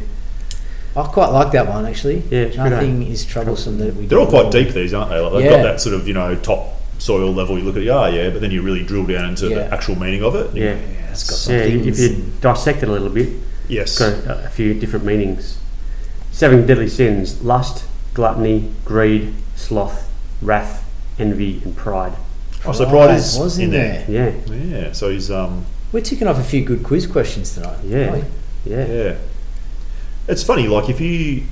Speaker 1: I quite like that one actually.
Speaker 4: Yeah, it's a good
Speaker 1: nothing is troublesome that we.
Speaker 3: they're all
Speaker 1: do.
Speaker 3: quite deep these, aren't they? Like they've
Speaker 1: Yeah.
Speaker 3: got that sort of you know top soil level. You look at yeah, yeah, but then you really drill down into
Speaker 1: Yeah.
Speaker 3: the actual meaning of it.
Speaker 4: Yeah.
Speaker 1: It's got some
Speaker 4: Yeah, if
Speaker 1: things.
Speaker 4: you dissect it a little bit,
Speaker 3: Yes.
Speaker 4: it's got a, a few different meanings. Seven deadly sins lust, gluttony, greed, sloth, wrath, envy, and pride.
Speaker 3: Oh, so pride is
Speaker 1: was
Speaker 3: in there.
Speaker 4: Yeah,
Speaker 3: Yeah, so he's um
Speaker 1: We're ticking off a few good quiz questions tonight.
Speaker 4: Yeah.
Speaker 1: aren't we?
Speaker 4: yeah.
Speaker 3: yeah. It's funny, like if you,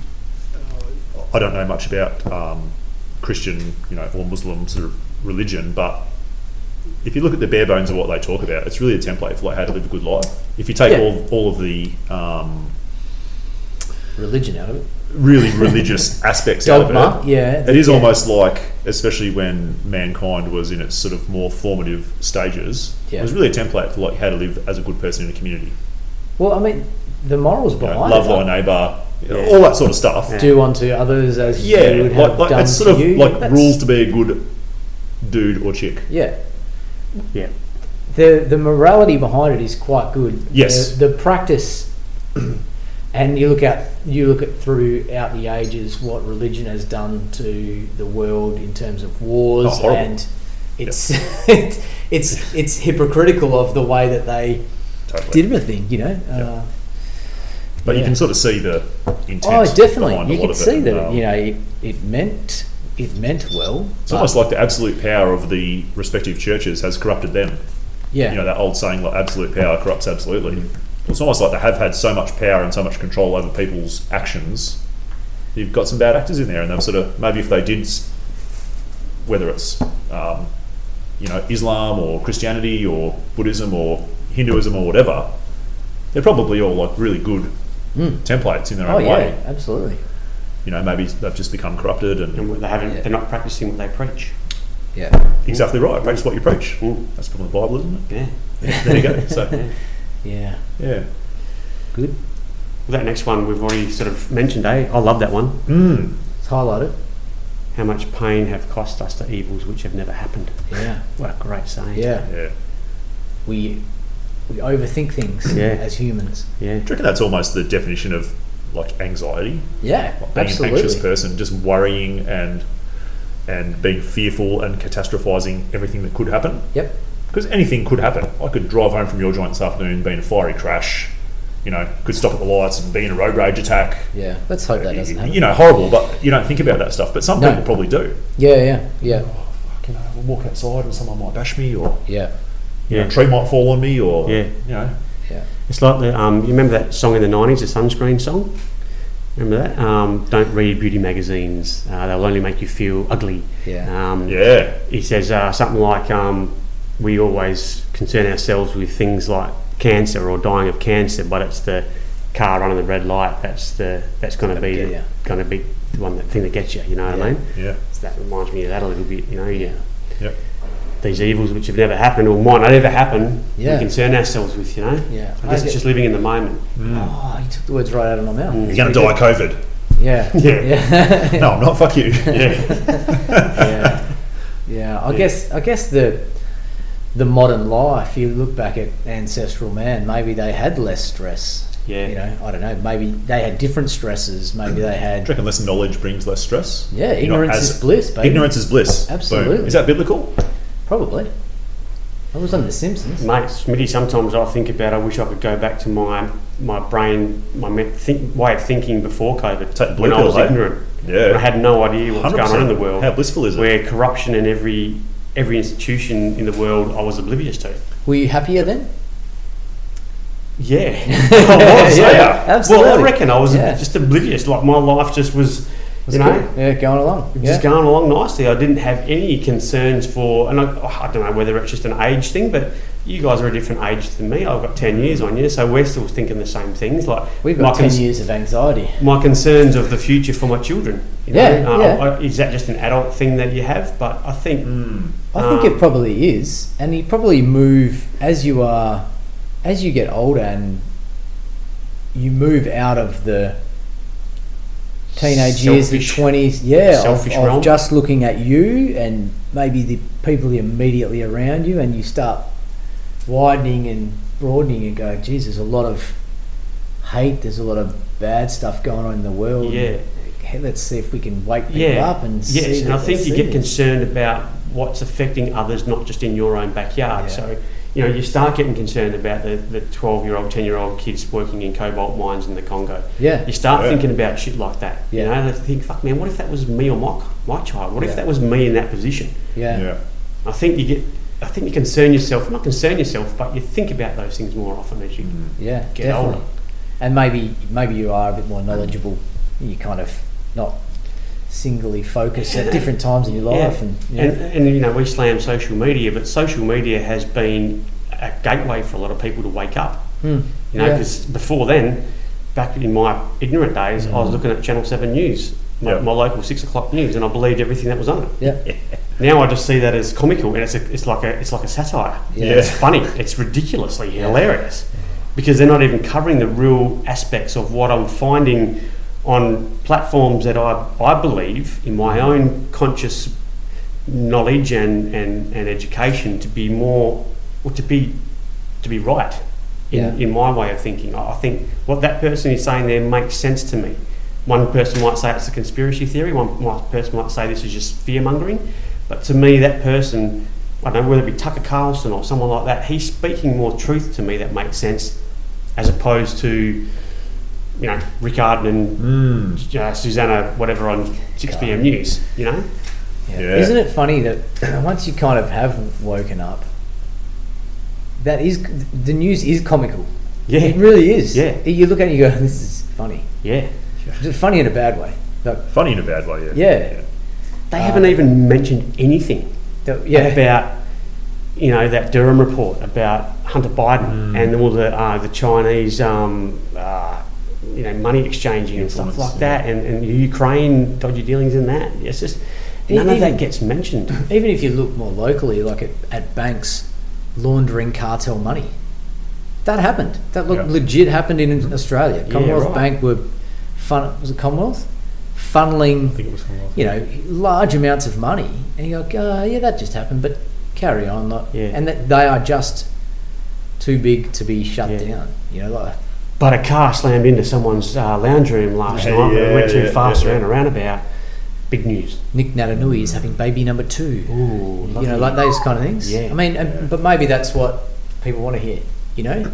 Speaker 3: I don't know much about um, Christian, you know, or Muslim sort of religion, but if you look at the bare bones of what they talk about, it's really a template for like how to live a good life. If you take
Speaker 1: Yeah.
Speaker 3: all all of the um,
Speaker 1: Religion out of it.
Speaker 3: really religious aspects out
Speaker 1: Dogma.
Speaker 3: of it,
Speaker 1: Yeah.
Speaker 3: it is almost like, especially when mankind was in its sort of more formative stages,
Speaker 1: Yeah.
Speaker 3: it was really a template for like how to live as a good person in a community.
Speaker 1: Well, I mean, the morals
Speaker 3: you know,
Speaker 1: behind
Speaker 3: love
Speaker 1: it.
Speaker 3: thy
Speaker 1: like,
Speaker 3: neighbour,
Speaker 4: Yeah.
Speaker 3: all that sort of stuff.
Speaker 4: Yeah.
Speaker 1: Do unto others as
Speaker 3: Yeah,
Speaker 1: you would have
Speaker 3: like, like
Speaker 1: done
Speaker 3: it's sort
Speaker 1: to
Speaker 3: of
Speaker 1: you.
Speaker 3: like
Speaker 1: That's-
Speaker 3: rules to be a good dude or chick.
Speaker 1: Yeah.
Speaker 4: Yeah.
Speaker 1: The the morality behind it is quite good.
Speaker 3: Yes.
Speaker 1: The, the practice, and you look at you look at throughout the ages what religion has done to the world in terms of
Speaker 3: Oh,
Speaker 1: wars,
Speaker 3: horrible.
Speaker 1: and it's it's it's hypocritical of the way that they
Speaker 3: Totally.
Speaker 1: did everything, you know. Uh,
Speaker 3: But you
Speaker 1: Yeah.
Speaker 3: can sort of see the intent.
Speaker 1: Oh,
Speaker 3: Behind
Speaker 1: definitely. You
Speaker 3: a lot
Speaker 1: could
Speaker 3: of it.
Speaker 1: see that it,
Speaker 3: Um,
Speaker 1: you know it, it meant it meant well.
Speaker 3: It's
Speaker 1: but-
Speaker 3: almost like the absolute power of the respective churches has corrupted them.
Speaker 1: yeah,
Speaker 3: You know, that old saying, like, absolute power corrupts absolutely. It's almost like they have had so much power and so much control over people's actions. You've got some bad actors in there, and they've sort of, maybe if they did, s- whether it's, um, you know, Islam or Christianity or Buddhism or Hinduism or whatever, they're probably all like really good templates in their
Speaker 1: oh
Speaker 3: own
Speaker 1: yeah,
Speaker 3: way.
Speaker 1: absolutely.
Speaker 3: You know, maybe they've just become corrupted and
Speaker 4: and they haven't,
Speaker 1: Yeah.
Speaker 4: they're not practicing what they preach.
Speaker 1: Yeah,
Speaker 3: Exactly right. Practice what you preach.
Speaker 4: Mm.
Speaker 3: That's from the Bible, isn't it?
Speaker 4: Yeah.
Speaker 3: There you go. So,
Speaker 1: yeah,
Speaker 3: yeah.
Speaker 1: good.
Speaker 4: Well, that next one we've already sort of mentioned, eh? I love that one.
Speaker 3: Mm.
Speaker 1: It's highlighted.
Speaker 4: How much pain have cost us the evils which have never happened.
Speaker 1: Yeah,
Speaker 4: What a great saying.
Speaker 1: yeah.
Speaker 3: Yeah.
Speaker 1: We we overthink things
Speaker 4: Yeah.
Speaker 1: as humans.
Speaker 4: Yeah.
Speaker 3: Do you reckon that's almost the definition of like anxiety?
Speaker 1: Yeah,
Speaker 3: Like being
Speaker 1: absolutely.
Speaker 3: an anxious person, just worrying and and being fearful and catastrophizing everything that could happen.
Speaker 1: Yep.
Speaker 3: Because anything could happen. I could drive home from your joint this afternoon, be in a fiery crash. You know, could stop at the lights and be in a road rage attack.
Speaker 1: Yeah. Let's hope that doesn't happen.
Speaker 3: You know, horrible, but you don't think about that stuff. But some
Speaker 1: No.
Speaker 3: people probably do.
Speaker 1: Yeah, yeah, yeah,
Speaker 3: Oh, fuck, you know, I walk outside and someone might bash me or
Speaker 1: yeah,
Speaker 3: you know,
Speaker 4: Yeah.
Speaker 3: a tree might fall on me or
Speaker 4: Yeah.
Speaker 3: you know
Speaker 1: yeah.
Speaker 4: It's like the, um, you remember that song in the 90s, the sunscreen song? Remember that? Um, don't read beauty magazines. Uh, they'll only make you feel ugly.
Speaker 1: Yeah.
Speaker 4: Um,
Speaker 3: yeah
Speaker 4: He says uh, something like, um, we always concern ourselves with things like cancer or dying of cancer, but it's the car running the red light that's the that's going to be
Speaker 1: Yeah,
Speaker 4: the,
Speaker 1: yeah.
Speaker 4: going to be the one that thing that gets you. You know what I
Speaker 1: Yeah.
Speaker 4: mean?
Speaker 3: yeah
Speaker 4: So that reminds me of that a little bit. You know, yeah.
Speaker 3: Yep.
Speaker 4: These evils which have never happened or might not ever happen,
Speaker 1: Yeah.
Speaker 4: we concern ourselves with. You know.
Speaker 1: Yeah.
Speaker 4: I guess
Speaker 1: I
Speaker 4: it's
Speaker 1: get-
Speaker 4: just living in the moment.
Speaker 3: Mm.
Speaker 1: Oh, you took the words right out of my mouth.
Speaker 3: you're gonna die of covid
Speaker 1: Yeah,
Speaker 3: Yeah.
Speaker 1: yeah.
Speaker 3: no i'm not fuck you yeah
Speaker 1: yeah, yeah. I
Speaker 4: Yeah.
Speaker 1: guess I guess the the modern life. You look back at ancestral man. Maybe they had less stress.
Speaker 4: Yeah.
Speaker 1: You know, I don't know. Maybe they had different stresses. Maybe they
Speaker 3: do you
Speaker 1: had.
Speaker 3: reckon less knowledge brings less stress
Speaker 1: Yeah,
Speaker 3: You're not
Speaker 1: ignorance
Speaker 3: as-
Speaker 1: is bliss, baby.
Speaker 3: ignorance is bliss Boom.
Speaker 1: Absolutely.
Speaker 3: is that biblical
Speaker 1: probably. I was on The Simpsons.
Speaker 4: Mate, Smitty, sometimes I think about I wish I could go back to my my brain, my me- think, way of thinking before COVID
Speaker 3: Take the blue
Speaker 4: when I
Speaker 3: pill,
Speaker 4: was
Speaker 3: eh?
Speaker 4: ignorant.
Speaker 3: Yeah.
Speaker 4: I had no idea what was going on in the world.
Speaker 3: how blissful is it
Speaker 4: where corruption in every every institution in the world I was oblivious to.
Speaker 1: Were you happier then?
Speaker 4: Yeah, I was.
Speaker 1: Yeah,
Speaker 4: yeah,
Speaker 1: absolutely.
Speaker 4: Well, I reckon I was
Speaker 1: Yeah.
Speaker 4: just oblivious. Like my life just was, you know,
Speaker 1: Good. yeah, going along.
Speaker 4: It was
Speaker 1: Yeah.
Speaker 4: just going along nicely. I didn't have any concerns for, and I, oh, I don't know whether it's just an age thing, but you guys are a different age than me. I've got 10 years on you, so we're still thinking the same things. Like
Speaker 1: We've got
Speaker 4: my,
Speaker 1: ten
Speaker 4: cons-
Speaker 1: years of anxiety.
Speaker 4: my concerns of the future for my children. You
Speaker 1: Yeah,
Speaker 4: know? Uh,
Speaker 1: yeah. Mm.
Speaker 4: I- is that just an adult thing that you have? But I think,
Speaker 1: I think
Speaker 4: Um,
Speaker 1: it probably is, and you probably move as you are, as you get older, and you move out of the teenage years, the
Speaker 4: Selfish-
Speaker 1: twenties, yeah, of-
Speaker 4: selfish
Speaker 1: of,
Speaker 4: realm.
Speaker 1: just looking at you and maybe the people immediately around you, and you start widening and broadening and going, geez, there's a lot of hate, there's a lot of bad stuff going on in the world.
Speaker 4: yeah.
Speaker 1: Hey, let's see if we can wake people
Speaker 4: Yeah.
Speaker 1: up and see
Speaker 4: Yes, and
Speaker 1: that
Speaker 4: I
Speaker 1: they
Speaker 4: think you
Speaker 1: see
Speaker 4: get
Speaker 1: this.
Speaker 4: concerned about what's affecting others, not just in your own backyard.
Speaker 1: Yeah.
Speaker 4: So, you know, you start getting concerned about the, the 12 year old, 10 year old kids working in cobalt mines in the Congo.
Speaker 1: yeah,
Speaker 4: You start
Speaker 3: Yeah.
Speaker 4: thinking about shit like that. You
Speaker 1: Yeah.
Speaker 4: know, and I think, fuck man, what if that was me or my, my child? What
Speaker 1: Yeah.
Speaker 4: if that was me in that position?
Speaker 1: yeah,
Speaker 3: yeah
Speaker 4: I think you get, I think you concern yourself, not concern yourself, but you think about those things more often as you
Speaker 1: Yeah,
Speaker 4: get
Speaker 1: definitely.
Speaker 4: older.
Speaker 1: And maybe maybe you are a bit more knowledgeable. You kind of not singly focused at different times in your
Speaker 4: Yeah.
Speaker 1: life, and yeah,
Speaker 4: And, and you know, we slam social media, but social media has been a gateway for a lot of people to wake up.
Speaker 1: Hmm.
Speaker 4: You know,
Speaker 1: Yeah.
Speaker 4: because before then, back in my ignorant days, I
Speaker 1: Mm.
Speaker 4: was looking at Channel 7 News, my,
Speaker 3: Yeah.
Speaker 4: my local six o'clock news, and I believed everything that was on it.
Speaker 1: yeah,
Speaker 4: Now I just see that as comical, and it's, a, it's, like, a, it's like a satire.
Speaker 1: Yeah.
Speaker 4: It's funny, it's ridiculously hilarious because they're not even covering the real aspects of what I'm finding on platforms that I, I believe in my own conscious knowledge and, and, and education to be more or to be to be right in,
Speaker 1: Yeah.
Speaker 4: in my way of thinking. I I think what that person is saying there makes sense to me. One person might say it's a conspiracy theory, one might- person might say this is just fear mongering, but to me, that person, I don't know whether it be Tucker Carlson or someone like that, he's speaking more truth to me that makes sense as opposed to you know, Ricard and
Speaker 3: Mm.
Speaker 4: uh, Susanna, whatever, on 6 p.m. news, you know?
Speaker 1: Yeah.
Speaker 3: Yeah.
Speaker 1: Isn't it funny that once you kind of have woken up, that is the news is comical. It
Speaker 4: Yeah,
Speaker 1: really is.
Speaker 4: Yeah.
Speaker 1: You look at it and you go, this is funny.
Speaker 4: yeah.
Speaker 1: It's funny in a bad way. Like,
Speaker 3: Funny in a bad way, yeah.
Speaker 1: Yeah.
Speaker 4: They
Speaker 1: Uh,
Speaker 4: haven't even mentioned anything
Speaker 1: the- yeah.
Speaker 4: about, you know, that Durham report about Hunter Biden and all the uh, the Chinese, um, uh, you know, money exchanging and stuff
Speaker 3: Influence,
Speaker 4: like that, and, and Ukraine dodgy dealings in that. It's just none of
Speaker 1: Even-
Speaker 4: that gets mentioned.
Speaker 1: Even if you look more locally, like at, at banks laundering cartel money, that happened. That look,
Speaker 3: Yeah.
Speaker 1: legit happened in Australia.
Speaker 4: Yeah,
Speaker 1: Commonwealth
Speaker 4: right.
Speaker 1: Bank were fun, was it Commonwealth funneling
Speaker 3: I think it was someone else.
Speaker 1: you know, large amounts of money, and you're like, oh, yeah, that just happened, but carry on. Like,
Speaker 4: Yeah.
Speaker 1: And that they are just too big to be shut
Speaker 4: Yeah.
Speaker 1: down. You know, like,
Speaker 4: But a car slammed into someone's uh, lounge room last
Speaker 3: Yeah,
Speaker 4: night. and it went
Speaker 3: yeah,
Speaker 4: too
Speaker 3: yeah,
Speaker 4: fast
Speaker 3: yeah.
Speaker 4: around a roundabout. Big news.
Speaker 1: Nick Natanui
Speaker 3: Mm.
Speaker 1: is having baby number two.
Speaker 4: Ooh,
Speaker 1: You know, like those kind of things.
Speaker 4: Yeah.
Speaker 1: I mean, and, but maybe that's what people want to hear. You know,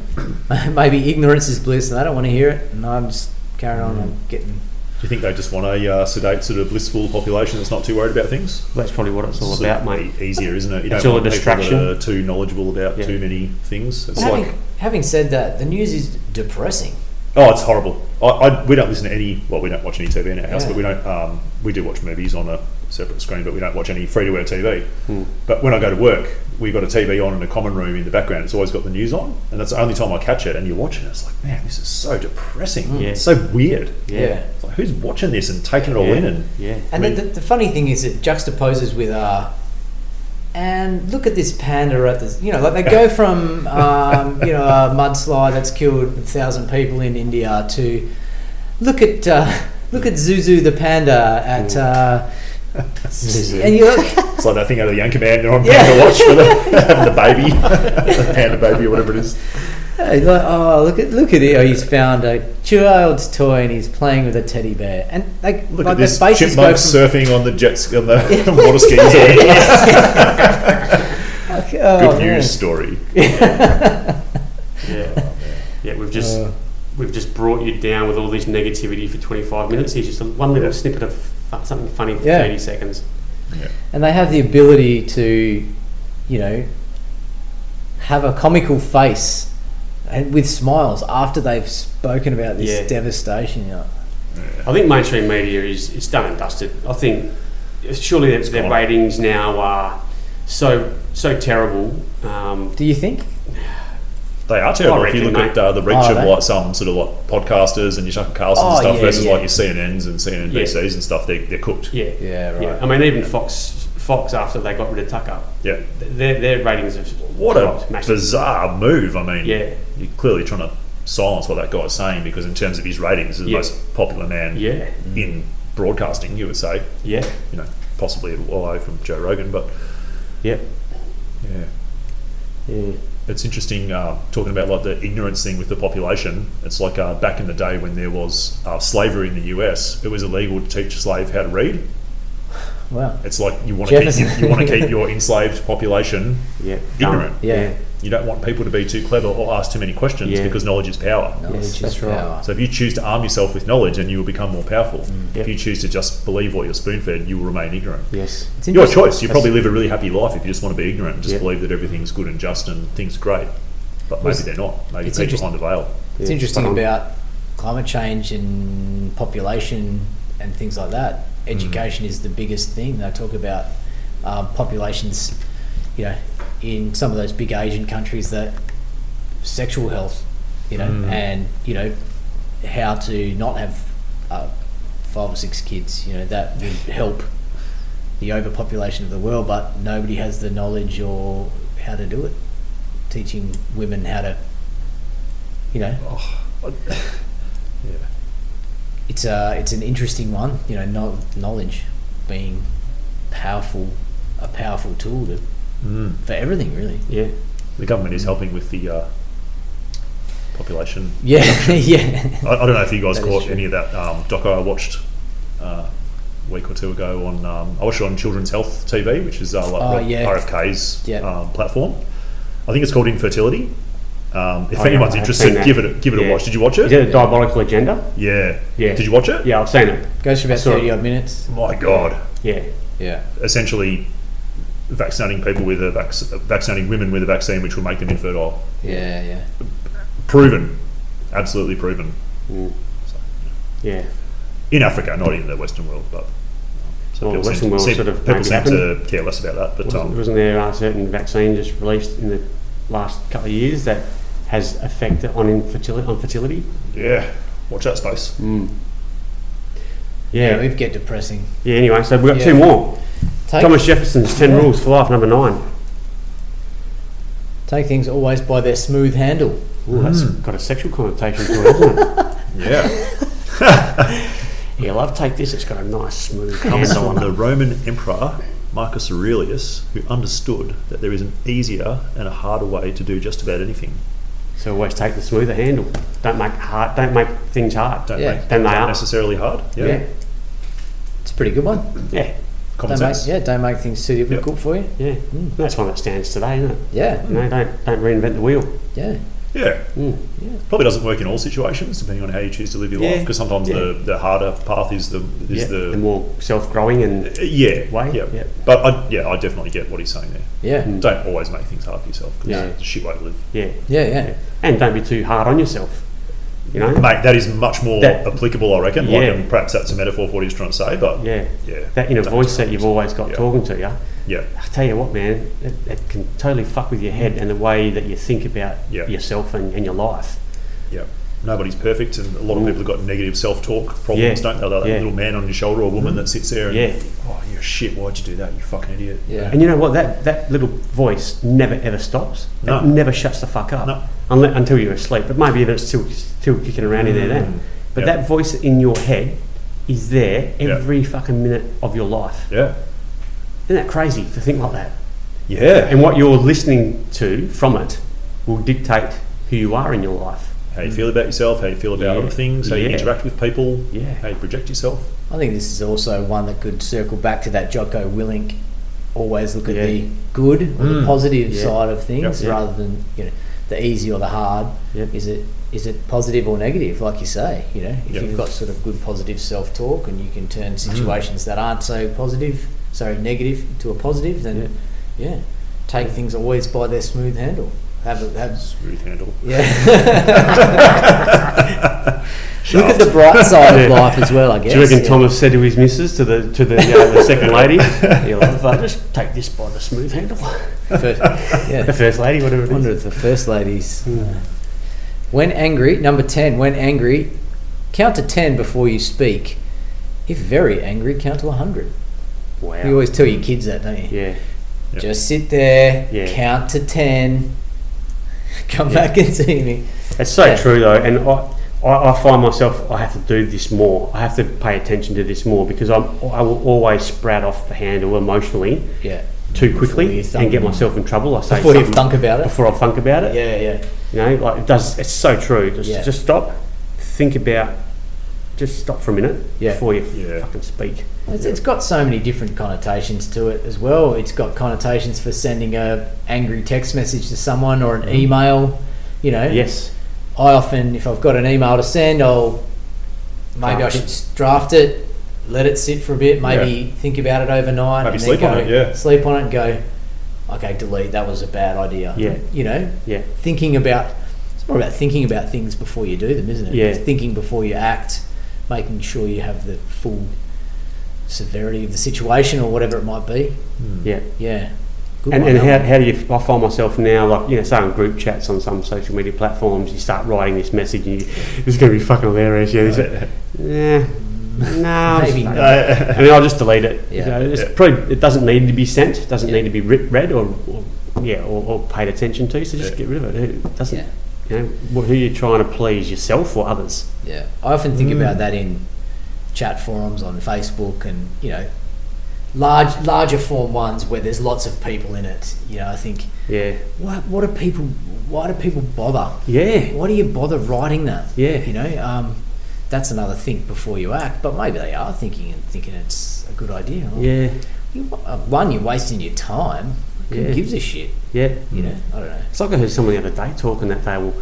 Speaker 1: maybe ignorance is bliss, and they don't want to hear it, and I'm just carrying on. I'm
Speaker 4: Mm.
Speaker 1: getting
Speaker 3: Do you think they just want a uh, sedate, sort of blissful population that's not too worried about things?
Speaker 4: that's probably what it's all
Speaker 3: Sort
Speaker 4: about,
Speaker 3: of
Speaker 4: mate.
Speaker 3: e- Easier, isn't it? You
Speaker 4: It's
Speaker 3: don't
Speaker 4: all a
Speaker 3: want people that
Speaker 4: distraction.
Speaker 3: are too knowledgeable about
Speaker 4: Yeah.
Speaker 3: too many things. It's
Speaker 1: having,
Speaker 3: like,
Speaker 1: having said that, the news is depressing.
Speaker 3: oh, it's horrible. I, I, we don't listen to any. Well, we don't watch any TV in our house,
Speaker 1: Yeah.
Speaker 3: but we don't. Um, we do watch movies on a separate screen, but we don't watch any free-to-air TV.
Speaker 1: Hmm.
Speaker 3: But when I go to work, we've got a TV on in a common room in the background. It's always got the news on, and that's the only time I catch it. And you watch it, and it's like, man, this is so depressing.
Speaker 1: Hmm.
Speaker 4: Yeah.
Speaker 3: It's so weird.
Speaker 4: Yeah.
Speaker 3: It's like, who's watching this and taking it all
Speaker 4: yeah.
Speaker 3: in? And
Speaker 4: yeah.
Speaker 1: And
Speaker 3: I mean-
Speaker 1: the, the, the funny thing is, it juxtaposes with uh, and look at this panda at this. You know, like they go from um, you know a mudslide that's killed a thousand people in India to look at uh, look at Zuzu the panda at. Uh,
Speaker 4: Zuzu.
Speaker 1: and you look,
Speaker 3: It's like that thing out of the Young Commander on
Speaker 1: Yeah.
Speaker 3: Panda Watch for the, having the baby, the panda baby or whatever it is.
Speaker 1: hey, like, oh look at look at it! Oh, he's found a child's toy and he's playing with a teddy bear. And like,
Speaker 3: Look
Speaker 1: like
Speaker 3: at
Speaker 1: their
Speaker 3: this
Speaker 1: faces go from-
Speaker 3: chipmunk surfing on the jet ski, on the water skis. or whatever.
Speaker 1: like, oh, man.
Speaker 3: Good news story.
Speaker 4: Yeah. yeah, we've just
Speaker 1: Uh.
Speaker 4: we've just brought you down with all this negativity for 25 minutes. Here's just a, one little
Speaker 3: Yeah.
Speaker 4: snippet of fu- something funny for
Speaker 1: Yeah.
Speaker 4: 30 seconds.
Speaker 1: and they have the ability to, you know, have a comical face and with smiles after they've spoken about this
Speaker 4: Yeah.
Speaker 1: devastation. You know.
Speaker 4: I think mainstream media is it's done and dusted. I think uh, surely their, their
Speaker 3: gone.
Speaker 4: ratings now are so so terrible. Um,
Speaker 1: Do you think?
Speaker 3: They are terrible.
Speaker 4: I
Speaker 3: if you
Speaker 4: reckon,
Speaker 3: look
Speaker 4: mate.
Speaker 3: at uh, the reach
Speaker 1: Oh,
Speaker 3: of
Speaker 1: they-
Speaker 3: like some sort of like podcasters and your Tucker Carlson
Speaker 1: Oh,
Speaker 3: and stuff
Speaker 1: yeah,
Speaker 3: versus
Speaker 1: yeah.
Speaker 3: like your CNNs and CNNBCs and stuff, they, they're cooked.
Speaker 4: yeah.
Speaker 1: Yeah, right.
Speaker 4: Yeah, I mean, even Fox, Fox after they got rid of Tucker,
Speaker 3: Yeah.
Speaker 4: their, their ratings have
Speaker 3: What a
Speaker 4: dropped massively.
Speaker 3: bizarre move. I mean,
Speaker 4: Yeah.
Speaker 3: you're clearly trying to silence what that guy's saying because, in terms of his ratings, he's
Speaker 4: Yeah.
Speaker 3: the most popular man
Speaker 4: Yeah,
Speaker 3: in broadcasting, you would say.
Speaker 4: yeah,
Speaker 3: you know, possibly a wallow from Joe Rogan, but
Speaker 4: yeah,
Speaker 3: yeah,
Speaker 4: yeah.
Speaker 3: it's interesting uh, talking about like the ignorance thing with the population. It's like uh, back in the day when there was uh, slavery in the US, it was illegal to teach a slave how to read.
Speaker 1: Wow.
Speaker 3: It's like you want to keep you,
Speaker 1: Jefferson.
Speaker 3: you want to keep your enslaved population
Speaker 4: yeah.
Speaker 3: ignorant.
Speaker 1: Yeah.
Speaker 3: You don't want people to be too clever or ask too many questions
Speaker 4: Yeah.
Speaker 3: because knowledge is power.
Speaker 1: Knowledge is
Speaker 4: that's right.
Speaker 1: power.
Speaker 3: So if you choose to arm yourself with knowledge, then you will become more powerful.
Speaker 1: Mm.
Speaker 4: Yep.
Speaker 3: If you choose to just believe what you're spoon fed, you will remain ignorant.
Speaker 4: Yes.
Speaker 1: It's
Speaker 3: Your
Speaker 1: interesting.
Speaker 3: choice. You probably live a really happy life if you just want to be ignorant and just
Speaker 4: Yeah.
Speaker 3: believe that everything's good and just and things are great. But maybe
Speaker 1: Well,
Speaker 3: they're not. Maybe
Speaker 1: it's
Speaker 3: people
Speaker 1: interest-
Speaker 3: behind the veil.
Speaker 1: It's interesting about climate change and population and things like that. Education is the biggest thing. They talk about um, populations, you know, in some of those big Asian countries that sexual health, you know,
Speaker 3: Mm.
Speaker 1: and, you know, how to not have uh, five or six kids, you know, that would help the overpopulation of the world, but nobody has the knowledge or how to do it. Teaching women how to, you know, it's a it's an interesting one. You know, no, knowledge being powerful, a powerful tool to,
Speaker 3: Mm.
Speaker 1: for everything, really.
Speaker 4: Yeah.
Speaker 3: The government is helping with the uh, population.
Speaker 1: Yeah, yeah.
Speaker 3: I, I don't know if you guys
Speaker 1: That is
Speaker 3: caught
Speaker 1: true.
Speaker 3: any of that um, doco I watched uh, a week or two ago on. Um, I watched it on Children's Health TV, which is uh, like
Speaker 1: Oh,
Speaker 3: Rob-
Speaker 1: yeah.
Speaker 3: RFK's
Speaker 1: Yeah.
Speaker 3: um, platform. I think it's called Infertility. Um, if
Speaker 4: Oh, yeah,
Speaker 3: anyone's
Speaker 4: I've seen
Speaker 3: interested,
Speaker 4: that.
Speaker 3: give it a, give it
Speaker 4: Yeah.
Speaker 3: a watch. Did you watch it?
Speaker 4: Is it a diabolical agenda?
Speaker 3: Yeah.
Speaker 4: Yeah.
Speaker 3: Did you watch it?
Speaker 4: Yeah, I've seen it.
Speaker 1: Goes for about
Speaker 4: Sorry.
Speaker 1: 30 odd minutes.
Speaker 3: My God.
Speaker 4: Yeah.
Speaker 1: Yeah.
Speaker 3: Essentially, vaccinating people with a vac- vaccinating women with a vaccine, which will make them infertile.
Speaker 1: Yeah, yeah.
Speaker 3: Proven, absolutely proven.
Speaker 4: Mm.
Speaker 3: So,
Speaker 4: Yeah.
Speaker 3: in Africa, not in the Western world, but
Speaker 4: Well, the
Speaker 3: people
Speaker 4: Western
Speaker 3: seem,
Speaker 4: world
Speaker 3: seem-
Speaker 4: sort of
Speaker 3: people
Speaker 4: made it
Speaker 3: seem
Speaker 4: happen.
Speaker 3: to care less about that. But
Speaker 4: Wasn't,
Speaker 3: um,
Speaker 4: wasn't there a certain vaccine just released in the last couple of years that has effect on infertility? On fertility?
Speaker 3: yeah, watch that space.
Speaker 1: Yeah,
Speaker 4: Yeah. Yeah.
Speaker 1: we get depressing.
Speaker 4: anyway, so we've got
Speaker 1: Yeah.
Speaker 4: two more.
Speaker 1: Take,
Speaker 4: Thomas Jefferson's Ten
Speaker 1: Yeah.
Speaker 4: Rules for Life, number nine.
Speaker 1: take things always by their smooth handle.
Speaker 4: Ooh, that's
Speaker 3: Hmm.
Speaker 4: got a sexual connotation to it, hasn't it?
Speaker 3: Yeah,
Speaker 4: Yeah, love, take this. It's got a nice smooth
Speaker 3: comes
Speaker 4: handle on
Speaker 3: from
Speaker 4: it.
Speaker 3: the Roman emperor Marcus Aurelius, who understood that there is an easier and a harder way to do just about anything.
Speaker 4: So always take the smoother handle. Don't make hard. Don't make things hard.
Speaker 3: Don't
Speaker 1: Yeah.
Speaker 3: make
Speaker 4: Then they
Speaker 3: not
Speaker 4: are.
Speaker 3: necessarily hard. Yeah,
Speaker 4: Yeah.
Speaker 1: It's a pretty good one.
Speaker 4: Yeah.
Speaker 3: common
Speaker 1: Don't make,
Speaker 3: sense.
Speaker 1: yeah, don't make things too difficult for you.
Speaker 4: Yeah.
Speaker 3: Hmm.
Speaker 4: That's one that stands today, isn't it?
Speaker 1: Yeah,
Speaker 4: You know, don't don't reinvent the wheel.
Speaker 1: yeah.
Speaker 3: Yeah.
Speaker 4: Mm.
Speaker 3: probably doesn't work in all situations, depending on how you choose to live your
Speaker 4: Yeah.
Speaker 3: life. Because sometimes the, the harder path is the is
Speaker 4: yeah.
Speaker 3: the,
Speaker 4: more self-growing and
Speaker 3: yeah
Speaker 4: Way,
Speaker 3: Yeah.
Speaker 4: yeah.
Speaker 3: But I yeah I definitely get what he's saying there.
Speaker 1: Yeah,
Speaker 3: Don't always make things hard for yourself. 'cause
Speaker 4: Yeah.
Speaker 3: it's a shit way to live.
Speaker 4: yeah.
Speaker 1: yeah, yeah.
Speaker 4: And don't be too hard on yourself. You know.
Speaker 3: Mate, that is much more
Speaker 4: That-
Speaker 3: applicable, I reckon.
Speaker 4: Yeah.
Speaker 3: Like, and perhaps that's a metaphor for what he's trying to say, but yeah,
Speaker 4: Yeah. That inner
Speaker 3: Don't-
Speaker 4: voice that you've always got
Speaker 3: Yeah.
Speaker 4: talking to you.
Speaker 3: yeah,
Speaker 4: I tell you what, man, it, it can totally fuck with your head and the way that you think about
Speaker 3: Yeah.
Speaker 4: yourself and, and your life.
Speaker 3: yeah. Nobody's perfect, and a lot of people have got negative self-talk problems,
Speaker 4: Yeah.
Speaker 3: don't they? Like That
Speaker 4: Yeah. Mm-hmm.
Speaker 3: little man on your shoulder or woman that sits there and,
Speaker 4: Yeah.
Speaker 3: oh, you're a shit. Why'd you do that? You fucking idiot.
Speaker 1: Yeah.
Speaker 4: And you know what? That that little voice never ever stops.
Speaker 3: No.
Speaker 4: It never shuts the fuck up
Speaker 3: No.
Speaker 4: unle- until you're asleep. But maybe even it's still still kicking around in there then. But
Speaker 3: Mm. Yeah.
Speaker 4: that voice in your head is there
Speaker 3: Yeah.
Speaker 4: every fucking minute of your life.
Speaker 3: Yeah.
Speaker 4: Isn't that crazy to think like that?
Speaker 3: Yeah.
Speaker 4: And what you're listening to from it will dictate who you are in your life.
Speaker 3: How you feel about yourself, how you feel about
Speaker 4: Yeah.
Speaker 3: other things, how you
Speaker 4: Yeah.
Speaker 3: interact with people,
Speaker 4: Yeah.
Speaker 3: how you project yourself.
Speaker 1: I think this is also one that could circle back to that Jocko Willink. Always look at
Speaker 4: Yeah.
Speaker 1: the good or the
Speaker 3: Mm.
Speaker 1: positive
Speaker 4: Yeah.
Speaker 1: side of things
Speaker 4: Yeah.
Speaker 1: rather than you know the easy or the hard.
Speaker 4: Yeah.
Speaker 1: Is it is it positive or negative? Like you say, you know, if
Speaker 3: Yeah.
Speaker 1: you've got sort of good positive self talk and you can
Speaker 4: Mm.
Speaker 1: turn situations that aren't so positive, so negative to a positive, then yeah, take things always by their smooth handle. Have a, have
Speaker 3: Smooth handle.
Speaker 1: yeah. look at the bright side of
Speaker 4: Yeah.
Speaker 1: life as well. I guess.
Speaker 4: Do you reckon
Speaker 1: yeah.
Speaker 4: Thomas said to his missus, to the to the, uh, the second lady, "You love, I just take this by the smooth handle."
Speaker 1: First- yeah.
Speaker 4: the first lady, whatever it
Speaker 1: I
Speaker 4: is.
Speaker 1: wonder if the first ladies. When angry, number 10, when angry, count to 10 before you speak. If very angry, count to 100.
Speaker 4: Wow.
Speaker 1: You always tell your kids that, don't you?
Speaker 4: yeah.
Speaker 3: Yeah.
Speaker 1: Just sit there,
Speaker 4: Yeah.
Speaker 1: count to 10, come
Speaker 4: Yeah.
Speaker 1: back and see me.
Speaker 4: It's so
Speaker 1: Yeah.
Speaker 4: true though, and I, I, I find myself I have to do this more. I have to pay attention to this more because I'm I will always sprout off the handle emotionally
Speaker 1: Yeah.
Speaker 4: too
Speaker 1: you
Speaker 4: quickly
Speaker 1: thunk.
Speaker 4: and get myself in trouble. I say
Speaker 1: Before you
Speaker 4: something
Speaker 1: thunk about it.
Speaker 4: Before I funk about it.
Speaker 1: Yeah, yeah.
Speaker 4: You know, like it does. It's so true. Just
Speaker 1: Yeah.
Speaker 4: just stop, think about, just stop for a minute
Speaker 1: Yeah.
Speaker 4: before you
Speaker 3: Yeah.
Speaker 4: fucking speak.
Speaker 1: It's, it's got so many different connotations to it as well. It's got connotations for sending a angry text message to someone or an email, you know.
Speaker 4: Yes.
Speaker 1: I often, if I've got an email to send, I'll maybe I
Speaker 4: Draft
Speaker 1: should
Speaker 4: it.
Speaker 1: draft it, let it sit for a bit, maybe think about it overnight,
Speaker 3: Maybe
Speaker 1: and
Speaker 3: sleep
Speaker 1: then
Speaker 3: on
Speaker 1: go,
Speaker 3: it, yeah.
Speaker 1: sleep on it, and go, okay, delete. That was a bad idea.
Speaker 4: Yeah.
Speaker 1: you know,
Speaker 4: Yeah.
Speaker 1: thinking about it's more about thinking about things before you do them, isn't it?
Speaker 4: Yeah.
Speaker 1: It's thinking before you act, making sure you have the full severity of the situation or whatever it might be.
Speaker 4: Hmm. Yeah.
Speaker 1: Yeah, good
Speaker 4: And,
Speaker 1: one,
Speaker 4: and
Speaker 1: that
Speaker 4: how,
Speaker 1: one.
Speaker 4: how do you, I find myself now, like, you know, say on group chats on some social media platforms, you start writing this message and you, this is going to be fucking hilarious. Yeah, this is- yeah. no.
Speaker 1: Maybe
Speaker 4: it's-
Speaker 1: not.
Speaker 4: I mean, I'll just delete it.
Speaker 1: Yeah.
Speaker 4: You know, it's
Speaker 3: Yeah.
Speaker 4: probably, it doesn't need to be sent, it doesn't
Speaker 1: Yeah.
Speaker 4: need to be writ, read or, or yeah, or, or paid attention to, so just
Speaker 3: Yeah.
Speaker 4: get rid of it. It doesn't,
Speaker 1: Yeah.
Speaker 4: you know, wh- who you're trying to please, yourself or others.
Speaker 1: Yeah, I often think
Speaker 4: Mm.
Speaker 1: about that in chat forums on Facebook and you know large larger form ones where there's lots of people in it. You know, I think
Speaker 4: Yeah.
Speaker 1: what what do people why do people bother?
Speaker 4: Yeah.
Speaker 1: Why do you bother writing that?
Speaker 4: Yeah.
Speaker 1: you know, um, that's another think before you act. But maybe they are thinking and thinking it's a good idea.
Speaker 4: Yeah.
Speaker 1: You, uh, one, you're wasting your time. Who
Speaker 4: Yeah. Mm.
Speaker 1: gives a shit?
Speaker 4: Yeah.
Speaker 1: You know, I don't know.
Speaker 4: It's like I heard someone the other day talking that they will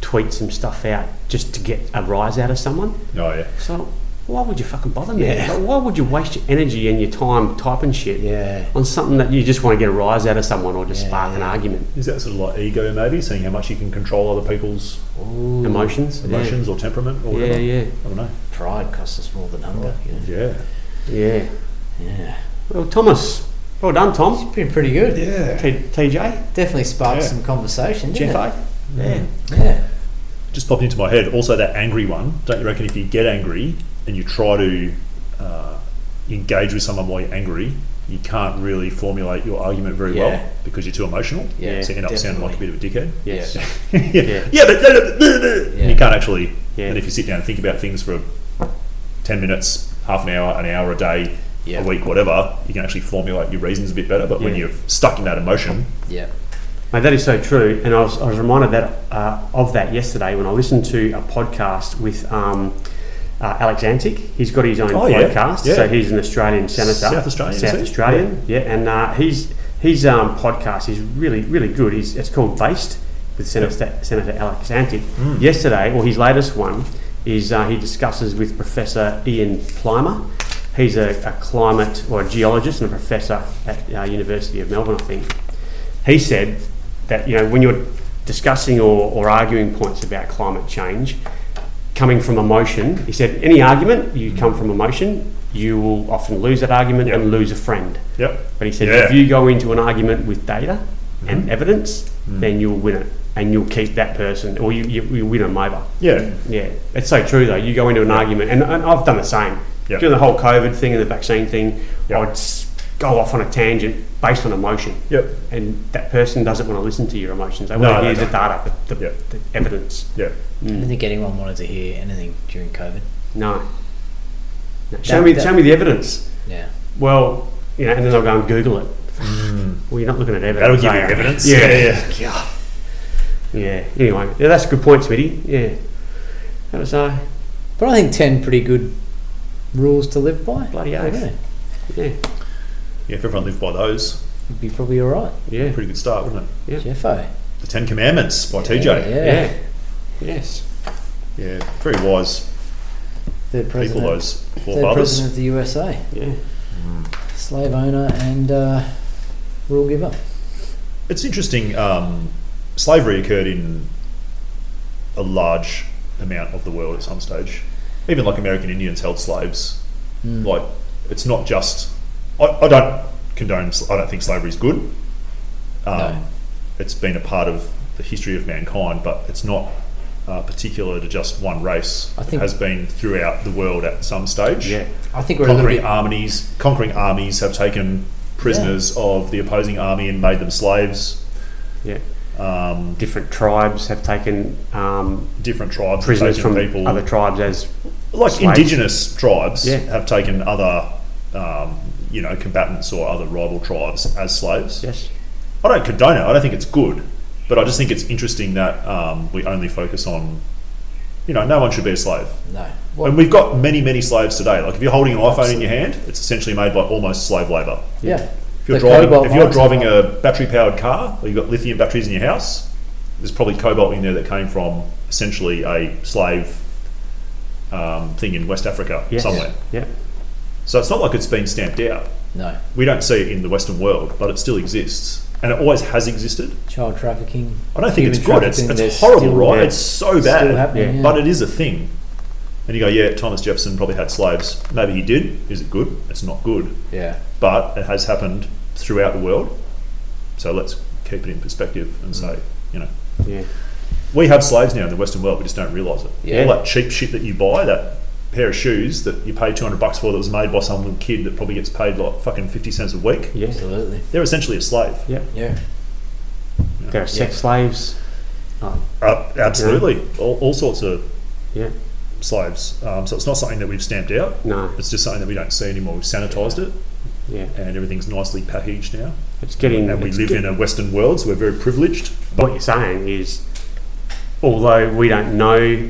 Speaker 4: tweet some stuff out just to get a rise out of someone.
Speaker 3: Oh yeah.
Speaker 4: So why would you fucking bother me?
Speaker 1: Yeah.
Speaker 4: Like, why would you waste your energy and your time typing shit
Speaker 1: Yeah.
Speaker 4: on something that you just want to get a rise out of someone or just spark an
Speaker 1: Yeah.
Speaker 4: argument?
Speaker 3: Is that sort of like ego maybe, seeing how much you can control other people's
Speaker 4: Emotions?
Speaker 3: emotions or temperament or
Speaker 4: Yeah,
Speaker 3: whatever?
Speaker 4: yeah,
Speaker 3: I don't know.
Speaker 1: Pride costs us more than hunger. You know?
Speaker 3: Yeah.
Speaker 4: yeah.
Speaker 1: Yeah.
Speaker 4: Well, Thomas, well done, Tom.
Speaker 1: It's been pretty good.
Speaker 3: Yeah.
Speaker 4: T- TJ,
Speaker 1: Definitely sparked
Speaker 3: Yeah.
Speaker 1: some conversation. didn't
Speaker 4: Jeff
Speaker 1: it?
Speaker 4: A. Yeah.
Speaker 1: Yeah.
Speaker 3: Just popped into my head. Also, that angry one. Don't you reckon if you get angry and you try to uh, engage with someone while you're angry, you can't really formulate your argument very
Speaker 1: Yeah.
Speaker 3: well because you're too emotional.
Speaker 1: Yeah,
Speaker 3: So you end up sounding like a bit of a dickhead.
Speaker 4: Yes.
Speaker 1: Yeah.
Speaker 3: yeah.
Speaker 4: Yeah.
Speaker 3: Yeah. but
Speaker 1: Yeah.
Speaker 3: you can't actually.
Speaker 4: Yeah.
Speaker 3: And if you sit down and think about things for ten minutes, half an hour, an hour a day,
Speaker 1: Yeah.
Speaker 3: a week, whatever, you can actually formulate your reasons a bit better. But when
Speaker 4: Yeah.
Speaker 3: you're stuck in that emotion,
Speaker 1: Yeah.
Speaker 4: Mate, that is so true, and I was, I was reminded that uh, of that yesterday when I listened to a podcast with um, uh, Alex Antic. He's got his own
Speaker 3: Oh, yeah.
Speaker 4: podcast,
Speaker 3: Yeah.
Speaker 4: so he's an Australian senator,
Speaker 3: South Australian,
Speaker 4: South
Speaker 3: is he?
Speaker 4: Australian, yeah. And uh, he's his um, podcast is really really good. He's, it's called Based with Senator, senator Alex Antic.
Speaker 3: Mm.
Speaker 4: Yesterday, or his latest one is uh, he discusses with Professor Ian Plimer. He's a, a climate or a geologist and a professor at uh, University of Melbourne, I think he said that you know when you're discussing or, or arguing points about climate change coming from emotion he said any argument you come from emotion you will often lose that argument and lose a friend
Speaker 3: yep,
Speaker 4: but he said
Speaker 3: Yeah. Mm-hmm.
Speaker 4: if you go into an argument with data and evidence
Speaker 3: Mm.
Speaker 4: then you'll win it and you'll keep that person or you, you, you win them over
Speaker 3: yeah,
Speaker 4: yeah, it's so true though. You go into an argument, and, and I've done the same
Speaker 3: Yeah.
Speaker 4: during the whole COVID thing and the vaccine thing.
Speaker 3: Yeah.
Speaker 4: I would s- go off on a tangent based on emotion.
Speaker 3: Yep.
Speaker 4: And that person doesn't want to listen to your emotions. They
Speaker 3: No,
Speaker 4: want to
Speaker 3: they
Speaker 4: hear the
Speaker 3: don't.
Speaker 4: data, the, the,
Speaker 3: Yeah.
Speaker 4: the evidence. Mm.
Speaker 3: yeah.
Speaker 1: I don't think anyone wanted to hear anything during COVID.
Speaker 4: No. No, Show
Speaker 1: That-
Speaker 4: me,
Speaker 1: that-
Speaker 4: show me the evidence.
Speaker 1: Yeah.
Speaker 4: Well, you know, and then I'll go and Google it. Well, you're not looking at
Speaker 3: Mm. That'll
Speaker 4: evidence.
Speaker 3: give you
Speaker 4: are
Speaker 3: evidence.
Speaker 4: Yeah.
Speaker 3: yeah, yeah.
Speaker 4: you? Yeah. Anyway, yeah, that's a good point, Smitty. Yeah. That was uh,
Speaker 1: But I think 10 pretty good rules to live by.
Speaker 4: Bloody oath.
Speaker 1: Yeah.
Speaker 4: yeah,
Speaker 3: Yeah, if everyone lived by those,
Speaker 1: You'd be probably all right.
Speaker 4: yeah,
Speaker 3: pretty good start, wouldn't it?
Speaker 4: Yeah.
Speaker 1: Jeffo.
Speaker 3: The Ten Commandments by TJ.
Speaker 1: Yeah.
Speaker 4: yeah. Yes.
Speaker 3: Yeah, very wise
Speaker 1: Third president.
Speaker 3: people, those
Speaker 1: Third
Speaker 3: forefathers.
Speaker 1: president of the USA.
Speaker 4: Yeah.
Speaker 1: Slave owner and uh, rule giver.
Speaker 3: It's interesting. Um, slavery occurred in a large amount of the world at some stage. Even like American Indians held slaves.
Speaker 1: Hmm.
Speaker 3: Like, it's not just. I, I don't condone. sl- I don't think slavery is good. Um,
Speaker 1: No.
Speaker 3: It's been a part of the history of mankind, but it's not uh, particular to just one race.
Speaker 1: I think-
Speaker 3: it has been throughout the world at some stage.
Speaker 4: Yeah.
Speaker 1: I think we're a little
Speaker 3: conquering
Speaker 1: bit.
Speaker 3: armies conquering armies have taken prisoners of the opposing army and made them slaves.
Speaker 4: Yeah.
Speaker 3: Um,
Speaker 4: different tribes have taken um,
Speaker 3: different tribes
Speaker 4: prisoners
Speaker 3: have
Speaker 4: from
Speaker 3: taken people,
Speaker 4: other tribes as
Speaker 3: like
Speaker 4: slaves.
Speaker 3: indigenous tribes,
Speaker 4: Yeah.
Speaker 3: have taken other um, you know combatants or other rival tribes as slaves.
Speaker 4: yes,
Speaker 3: I don't condone it. I don't think it's good, but I just think it's interesting that um, we only focus on. You know, no one should be a slave.
Speaker 1: No.
Speaker 3: and
Speaker 1: Well,
Speaker 3: we've got many, many slaves today. Like, if you're holding an iPhone in your hand, it's essentially made by almost slave labour.
Speaker 1: yeah.
Speaker 3: If you're
Speaker 1: The
Speaker 3: driving,
Speaker 1: cobalt
Speaker 3: if you're
Speaker 1: mines
Speaker 3: driving
Speaker 1: are-
Speaker 3: a battery-powered car, or you've got lithium batteries in your house, there's probably cobalt in there that came from essentially a slave um, thing in West Africa
Speaker 4: yes.
Speaker 3: somewhere.
Speaker 4: Yeah,
Speaker 3: So it's not like it's been stamped out.
Speaker 1: No.
Speaker 3: We don't see it in the Western world, but it still exists, and it always has existed.
Speaker 1: Child trafficking.
Speaker 3: I don't think
Speaker 1: human
Speaker 3: it's good. It's,
Speaker 1: trafficking,
Speaker 3: it's
Speaker 1: there's
Speaker 3: horrible,
Speaker 1: still-
Speaker 3: right?
Speaker 4: yeah,
Speaker 3: It's so bad,
Speaker 1: happening,
Speaker 3: but
Speaker 1: yeah.
Speaker 3: it is a thing. And you go, yeah, Thomas Jefferson probably had slaves. Maybe he did. Is it good? It's not good
Speaker 1: Yeah.
Speaker 3: but it has happened throughout the world. So let's keep it in perspective
Speaker 1: Mm.
Speaker 3: and say, you know,
Speaker 4: yeah,
Speaker 3: we have slaves now in the Western world. We just don't realise it.
Speaker 1: Yeah.
Speaker 3: All that cheap shit that you buy, that pair of shoes that you pay two hundred bucks for, that was made by some little kid that probably gets paid like fucking fifty cents a week.
Speaker 4: yes,
Speaker 1: Absolutely.
Speaker 3: They're essentially a slave.
Speaker 4: yeah.
Speaker 1: Yeah.
Speaker 4: There are sex slaves. Oh,
Speaker 3: Uh, absolutely, all, all sorts of
Speaker 4: yeah,
Speaker 3: slaves. Um, so it's not something that we've stamped out.
Speaker 4: no,
Speaker 3: It's just something that we don't see anymore. We've sanitised it,
Speaker 4: yeah.
Speaker 3: and everything's nicely packaged now.
Speaker 4: It's getting.
Speaker 3: And we
Speaker 4: Mm. it's
Speaker 3: live
Speaker 4: get-
Speaker 3: in a Western world, so we're very privileged.
Speaker 4: What you're saying is, although we don't know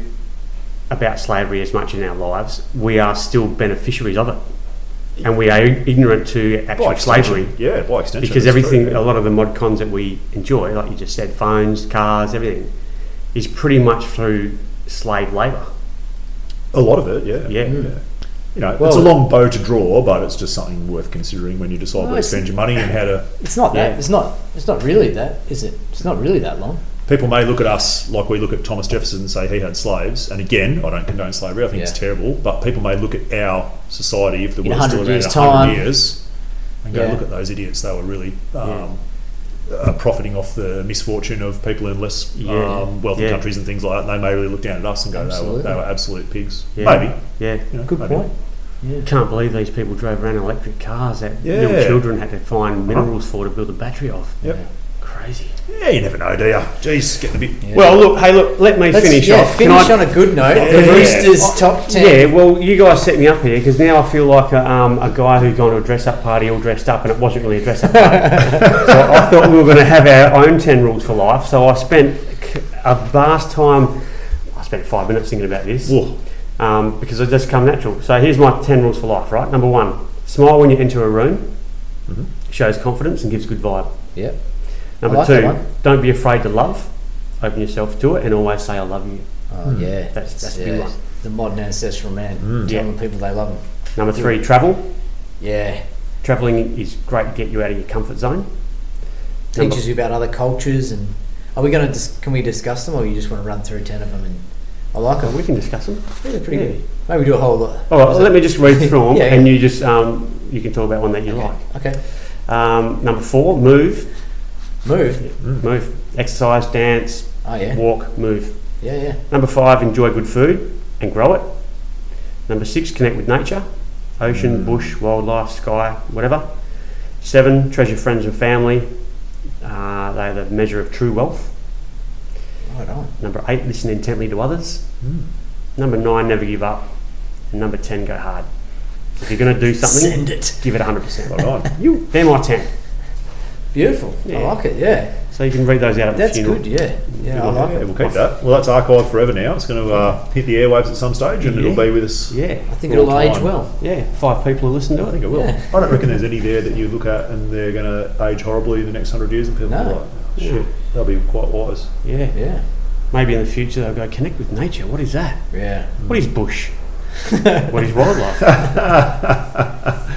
Speaker 4: about slavery as much in our lives, we are still beneficiaries of it. and we are ignorant to
Speaker 3: By
Speaker 4: actual
Speaker 3: extension.
Speaker 4: slavery
Speaker 3: Yeah, by extension.
Speaker 4: because
Speaker 3: that's
Speaker 4: everything,
Speaker 3: true.
Speaker 4: a lot of the mod cons that we enjoy, like you just said, phones, cars, everything, is pretty much through slave labour.
Speaker 3: A lot of it, yeah.
Speaker 4: Yeah.
Speaker 3: yeah. You know, it's
Speaker 1: Well-
Speaker 3: a long bow to draw, but it's just something worth considering when you
Speaker 1: No,
Speaker 3: decide where to
Speaker 1: it's-
Speaker 3: spend your money and how to.
Speaker 1: It's not
Speaker 4: Yeah.
Speaker 1: that. It's not. It's not really that, is it? It's not really that long.
Speaker 3: People may look at us like we look at Thomas Jefferson and say he had slaves. And again, I don't condone slavery. I think it's
Speaker 1: Yeah.
Speaker 3: terrible. But people may look at our society if the
Speaker 1: In
Speaker 3: world's still
Speaker 1: 100
Speaker 3: around in
Speaker 1: years'
Speaker 3: 100
Speaker 1: time.
Speaker 3: years and go,
Speaker 1: Yeah.
Speaker 3: look at those idiots. They were really um, uh, profiting off the misfortune of people in less
Speaker 4: Yeah.
Speaker 3: um, wealthy
Speaker 4: Yeah.
Speaker 3: countries and things like that. And they may really look down at us and go, they were,
Speaker 1: Absolutely.
Speaker 3: they were absolute pigs.
Speaker 4: Yeah.
Speaker 3: Maybe.
Speaker 4: Yeah.
Speaker 3: You know,
Speaker 1: Good
Speaker 3: maybe.
Speaker 1: point. Yeah.
Speaker 4: Can't believe these people drove around in electric cars that
Speaker 3: Yeah.
Speaker 4: little children had to find minerals for to build a battery off.
Speaker 3: Yep.
Speaker 4: Crazy.
Speaker 3: Yeah, you never know, do you? Jeez, getting a bit.
Speaker 1: Yeah.
Speaker 4: Well, look, hey, look, let me
Speaker 1: Let's-
Speaker 4: finish
Speaker 1: yeah,
Speaker 4: off. Can
Speaker 1: Finish
Speaker 4: I-
Speaker 1: on a good note.
Speaker 3: Yeah.
Speaker 1: The
Speaker 3: Yeah.
Speaker 1: Roosters top ten.
Speaker 4: Yeah, well, you guys set me up here because now I feel like a, um, a guy who'd gone to a dress up party all dressed up and it wasn't really a dress up party. so I thought we were going to have our own 10 rules for life. So I spent c- a vast time, I spent five minutes thinking about this
Speaker 3: Whoa.
Speaker 4: um, because it just come natural. So here's my 10 rules for life, right? Number one, smile when you enter a room,
Speaker 1: Mm-hmm.
Speaker 4: shows confidence and gives good vibe.
Speaker 1: Yep.
Speaker 4: Number
Speaker 1: like that one.
Speaker 4: two, don't be afraid to love, open yourself to it and always say, I love you.
Speaker 1: Oh, yeah.
Speaker 4: Hmm. That's- that's a
Speaker 1: yeah.
Speaker 4: big one. Hmm.
Speaker 1: The modern ancestral man
Speaker 4: Yeah.
Speaker 1: telling people they love him.
Speaker 4: Number three, travel.
Speaker 1: Yeah.
Speaker 4: Travelling is great to get you out of your comfort zone. Number-
Speaker 1: Teaches you about other cultures and are we going to dis- can we discuss them or you just want to run through ten of them and I like
Speaker 4: We
Speaker 1: them.
Speaker 4: can discuss them.
Speaker 1: Yeah, they're pretty
Speaker 4: Yeah.
Speaker 1: good. Maybe do a whole lot.
Speaker 4: All right, let me just read through them,
Speaker 1: Yeah, yeah.
Speaker 4: and you just um, you can talk about one that you
Speaker 1: Okay.
Speaker 4: like.
Speaker 1: Okay.
Speaker 4: Um, number four, move,
Speaker 1: Move.
Speaker 4: move, exercise, dance,
Speaker 1: Oh yeah.
Speaker 4: walk, move.
Speaker 1: Yeah, yeah.
Speaker 4: Number five, enjoy good food and grow it. Number six, connect with nature,
Speaker 1: Mm.
Speaker 4: ocean, bush, wildlife, sky, whatever. Seven, treasure friends and family. Uh, they are the measure of true wealth.
Speaker 1: Right on.
Speaker 4: Number eight, listen intently to others. Number nine, never give up. And number ten, go hard. If you're going to do something,
Speaker 1: Send it.
Speaker 4: give it 100%.
Speaker 3: Right on.
Speaker 4: You, they're my ten.
Speaker 1: Beautiful.
Speaker 4: Yeah.
Speaker 1: I like it, yeah.
Speaker 4: So you can read those out at
Speaker 1: That's
Speaker 4: the funeral.
Speaker 1: good, yeah. Yeah, I
Speaker 4: one,
Speaker 1: like
Speaker 3: Yeah,
Speaker 1: it.
Speaker 3: we'll keep that. Well, that's archived forever now. It's going to uh, hit the airwaves at some stage, and
Speaker 4: Yeah.
Speaker 3: it'll be with us.
Speaker 4: Yeah,
Speaker 1: I think
Speaker 3: Well
Speaker 1: it'll age
Speaker 3: timed.
Speaker 1: well.
Speaker 4: yeah. Five people will listen to
Speaker 3: I
Speaker 4: it.
Speaker 3: think it will.
Speaker 1: Yeah.
Speaker 3: I don't reckon there's any there that you look at and they're going to age horribly in the next hundred years, and people
Speaker 1: No.
Speaker 3: are like, oh, "Shit, they'll be quite wise."
Speaker 4: Yeah.
Speaker 1: Yeah.
Speaker 4: Maybe in the future they'll go connect with nature. What is that?
Speaker 1: Yeah.
Speaker 4: What is bush? what is wildlife?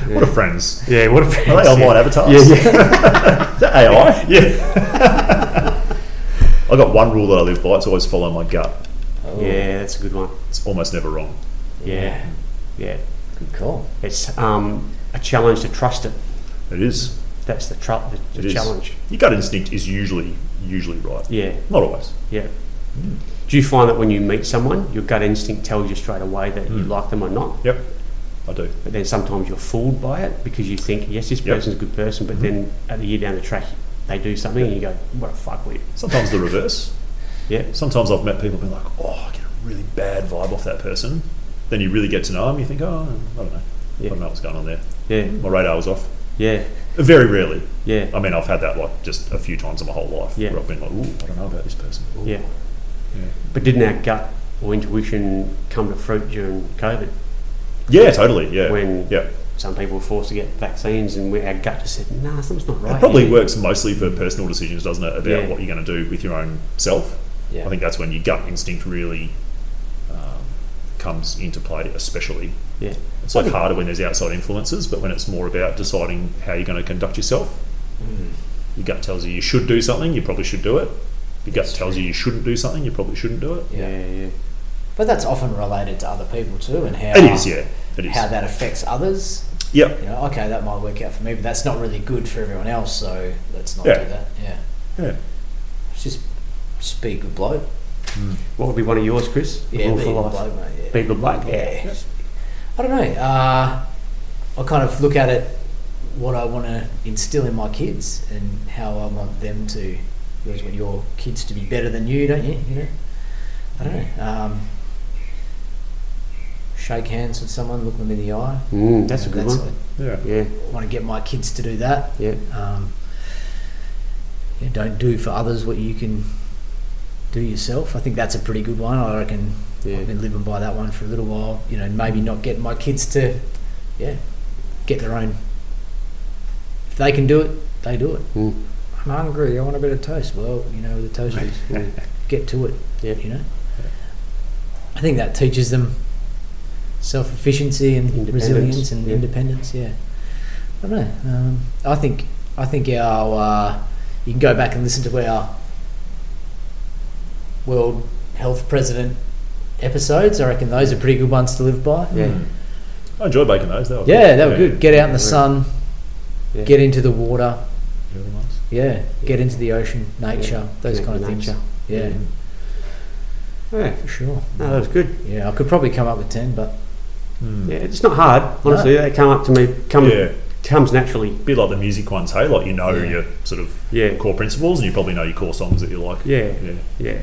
Speaker 3: What are friends?
Speaker 4: yeah. What if
Speaker 3: Are they online avatars?
Speaker 4: Yeah, yeah.
Speaker 3: Is that AI?
Speaker 4: yeah.
Speaker 3: I got one rule that I live by. It's always follow my gut.
Speaker 1: Oh,
Speaker 4: yeah, that's a good one.
Speaker 3: It's almost never wrong.
Speaker 4: Yeah, yeah.
Speaker 1: Good call.
Speaker 4: It's um, a challenge to trust it.
Speaker 3: It is.
Speaker 4: That's the, tru- the,
Speaker 3: It
Speaker 4: the
Speaker 3: is.
Speaker 4: challenge.
Speaker 3: Your gut instinct is usually usually right.
Speaker 4: Yeah,
Speaker 3: Not always.
Speaker 4: yeah. Do you find that when you meet someone, your gut instinct tells you straight away that you like them or not?
Speaker 3: Yep. I do.
Speaker 4: but then sometimes you're fooled by it because you think yes this
Speaker 3: Yep.
Speaker 4: person's a good person but then at the year down the track they do something and you go what a fuckwit
Speaker 3: Sometimes the reverse.
Speaker 4: yeah
Speaker 3: Sometimes I've met people and been like, oh, I get a really bad vibe off that person. Then you really get to know them, you think, oh, I don't know. I
Speaker 4: Yeah.
Speaker 3: don't know what's going on there.
Speaker 4: yeah
Speaker 3: My radar was off.
Speaker 4: yeah
Speaker 3: Very rarely.
Speaker 4: yeah
Speaker 3: I mean, I've had that like just a few times in my whole life
Speaker 4: Yeah.
Speaker 3: where I've been like, ooh, I don't know about this person. Ooh.
Speaker 4: yeah but didn't our gut or intuition come to fruit during covid
Speaker 3: Yeah, totally. Yeah.
Speaker 4: when
Speaker 3: yeah.
Speaker 4: some people were forced to get vaccines and we, our gut just said nah something's not right
Speaker 3: It probably
Speaker 4: here."
Speaker 3: works mostly for personal decisions, doesn't it? About
Speaker 4: Yeah.
Speaker 3: what you're going to do with your own self.
Speaker 1: Yeah.
Speaker 3: I think that's when your gut instinct really um, comes into play, especially.
Speaker 4: yeah
Speaker 3: It's like harder when there's outside influences, but when it's more about deciding how you're going to conduct yourself, Mm. your gut tells you you should do something, you probably should do it. Your gut tells you you shouldn't do something, you probably shouldn't do it.
Speaker 4: yeah yeah yeah
Speaker 1: But that's often related to other people too and how
Speaker 3: It is, yeah. It is.
Speaker 1: how that affects others.
Speaker 3: Yeah.
Speaker 1: You know, okay, that might work out for me, but that's not really good for everyone else, so let's not
Speaker 3: Yeah.
Speaker 1: do that. Yeah.
Speaker 3: Yeah.
Speaker 1: It's just just be a good bloke.
Speaker 4: what would be one of yours Chris The
Speaker 1: Yeah,
Speaker 4: rule
Speaker 1: be a
Speaker 4: for
Speaker 1: good
Speaker 4: life
Speaker 1: bloke, mate. Yeah.
Speaker 4: be good bloke yeah
Speaker 1: Yeah. I don't know. Uh, I kind of look at it what I want to instill in my kids and how I want them to. You always want your kids to be better than you, don't you? You know. I don't know. Um, shake hands with someone, look them in the eye.
Speaker 4: mm, that's a
Speaker 1: You know,
Speaker 4: good one
Speaker 3: Yeah.
Speaker 4: yeah
Speaker 1: I want to get my kids to do that.
Speaker 4: yeah
Speaker 1: Um, yeah, don't do for others what you can do yourself. I think that's a pretty good one. I reckon
Speaker 4: yeah
Speaker 1: I've been living by that one for a little while. You know, maybe not getting my kids to, yeah, get their own. If they can do it, they do it.
Speaker 4: Mm.
Speaker 1: I'm hungry. I want a bit of toast. Well, you know, the toast is
Speaker 4: Mm.
Speaker 1: get to it.
Speaker 4: Yeah.
Speaker 1: You know, I think that teaches them self efficiency and
Speaker 4: Independence,
Speaker 1: resilience and
Speaker 4: yeah.
Speaker 1: independence. Yeah, I don't know. Um, I think I think our uh, you can go back and listen to our world health president episodes. I reckon those are pretty good ones to live by.
Speaker 4: Yeah.
Speaker 3: Mm. I enjoyed baking those. They were
Speaker 1: Yeah, they
Speaker 3: good.
Speaker 1: were good. Get out in the
Speaker 4: Yeah.
Speaker 1: sun,
Speaker 4: Yeah.
Speaker 1: get into the water.
Speaker 3: The other ones.
Speaker 1: Yeah, get into the ocean, nature, those
Speaker 4: Yeah,
Speaker 1: kind of things.
Speaker 4: nature.
Speaker 1: Yeah,
Speaker 4: Yeah,
Speaker 1: for sure.
Speaker 4: no, that was good.
Speaker 1: Yeah, I could probably come up with ten, but
Speaker 3: Mm.
Speaker 4: Yeah, it's not hard, honestly. That came up to me, come,
Speaker 3: Yeah.
Speaker 4: comes naturally.
Speaker 3: bit like the music ones, hey? Like you know
Speaker 1: Yeah.
Speaker 3: your sort of
Speaker 4: Yeah,
Speaker 3: core principles and you probably know your core songs that you like.
Speaker 4: yeah,
Speaker 3: Yeah.
Speaker 4: yeah.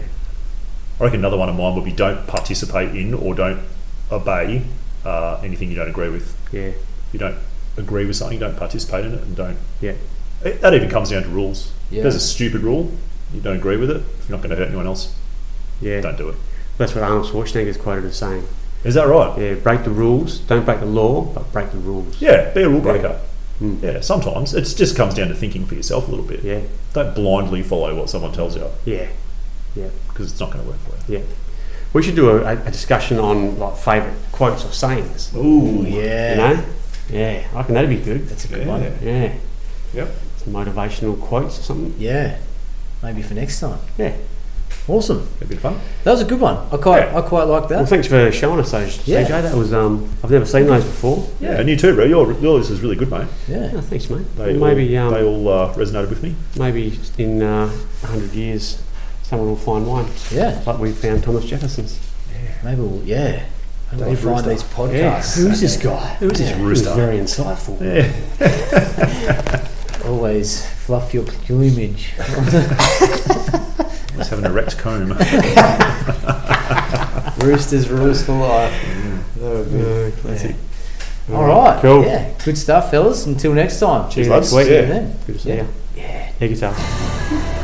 Speaker 3: I reckon another one of mine would be don't participate in or don't obey uh, anything you don't agree with.
Speaker 4: yeah.
Speaker 3: If you don't agree with something, don't participate in it and don't.
Speaker 4: Yeah.
Speaker 3: It, that even comes down to rules.
Speaker 1: yeah,
Speaker 3: If there's a stupid rule, you don't agree with it, if you're not going to hurt anyone else,
Speaker 4: Yeah,
Speaker 3: don't do it.
Speaker 4: that's what Arnold Schwarzenegger is quoted as saying.
Speaker 3: Is that right?
Speaker 4: Yeah, break the rules. Don't break the law, but break the rules.
Speaker 3: Oh. Yeah, be a rule breaker. Yeah,
Speaker 4: Mm.
Speaker 3: sometimes. It just comes down to thinking for yourself a little bit.
Speaker 4: Yeah,
Speaker 3: Don't blindly follow what someone tells you
Speaker 4: yeah, yeah.
Speaker 3: because it's not going to work for
Speaker 4: yeah. We should do a, a discussion on like favourite quotes or sayings.
Speaker 3: you. Ooh,
Speaker 1: yeah.
Speaker 4: You know? Yeah, I reckon that'd be good.
Speaker 1: That's a good
Speaker 3: Yeah.
Speaker 1: one.
Speaker 4: Yeah.
Speaker 3: Yep.
Speaker 4: Some motivational quotes or something.
Speaker 1: Yeah, maybe for next time.
Speaker 4: Yeah.
Speaker 1: Awesome.
Speaker 3: A bit of fun.
Speaker 1: That was a good one. I quite
Speaker 3: Yeah.
Speaker 1: I quite like
Speaker 4: Well,
Speaker 1: that.
Speaker 4: thanks for showing us those,
Speaker 1: Yeah.
Speaker 4: CJ. That was um, I've never seen those before.
Speaker 3: Yeah. and you too, bro. Your, yours is really good, mate.
Speaker 1: Yeah,
Speaker 4: Yeah, thanks, mate.
Speaker 3: They
Speaker 4: maybe
Speaker 3: all,
Speaker 4: um,
Speaker 3: they all uh, resonated with me.
Speaker 4: maybe in uh, hundred years, someone will find wine
Speaker 1: yeah.
Speaker 4: like we found Thomas Jefferson's.
Speaker 1: Maybe we'll yeah. Maybe
Speaker 4: Dave
Speaker 1: we'll find
Speaker 4: Brewster.
Speaker 1: these podcasts.
Speaker 4: Yeah.
Speaker 1: Who's this guy? Who's
Speaker 4: Yeah, it was very insightful.
Speaker 3: Yeah.
Speaker 1: Always fluff your plumage.
Speaker 3: Let's have an erect comb.
Speaker 1: Roosters rules for life.
Speaker 4: Mm-hmm. Yeah, classic.
Speaker 1: All right.
Speaker 4: Cool.
Speaker 1: Yeah. Good stuff, fellas. Until next time.
Speaker 4: Cheers,
Speaker 1: See you
Speaker 4: lads.
Speaker 1: next week.
Speaker 3: Yeah.
Speaker 1: Then.
Speaker 4: Good to see
Speaker 1: Yeah.
Speaker 4: you. Yeah, guitar.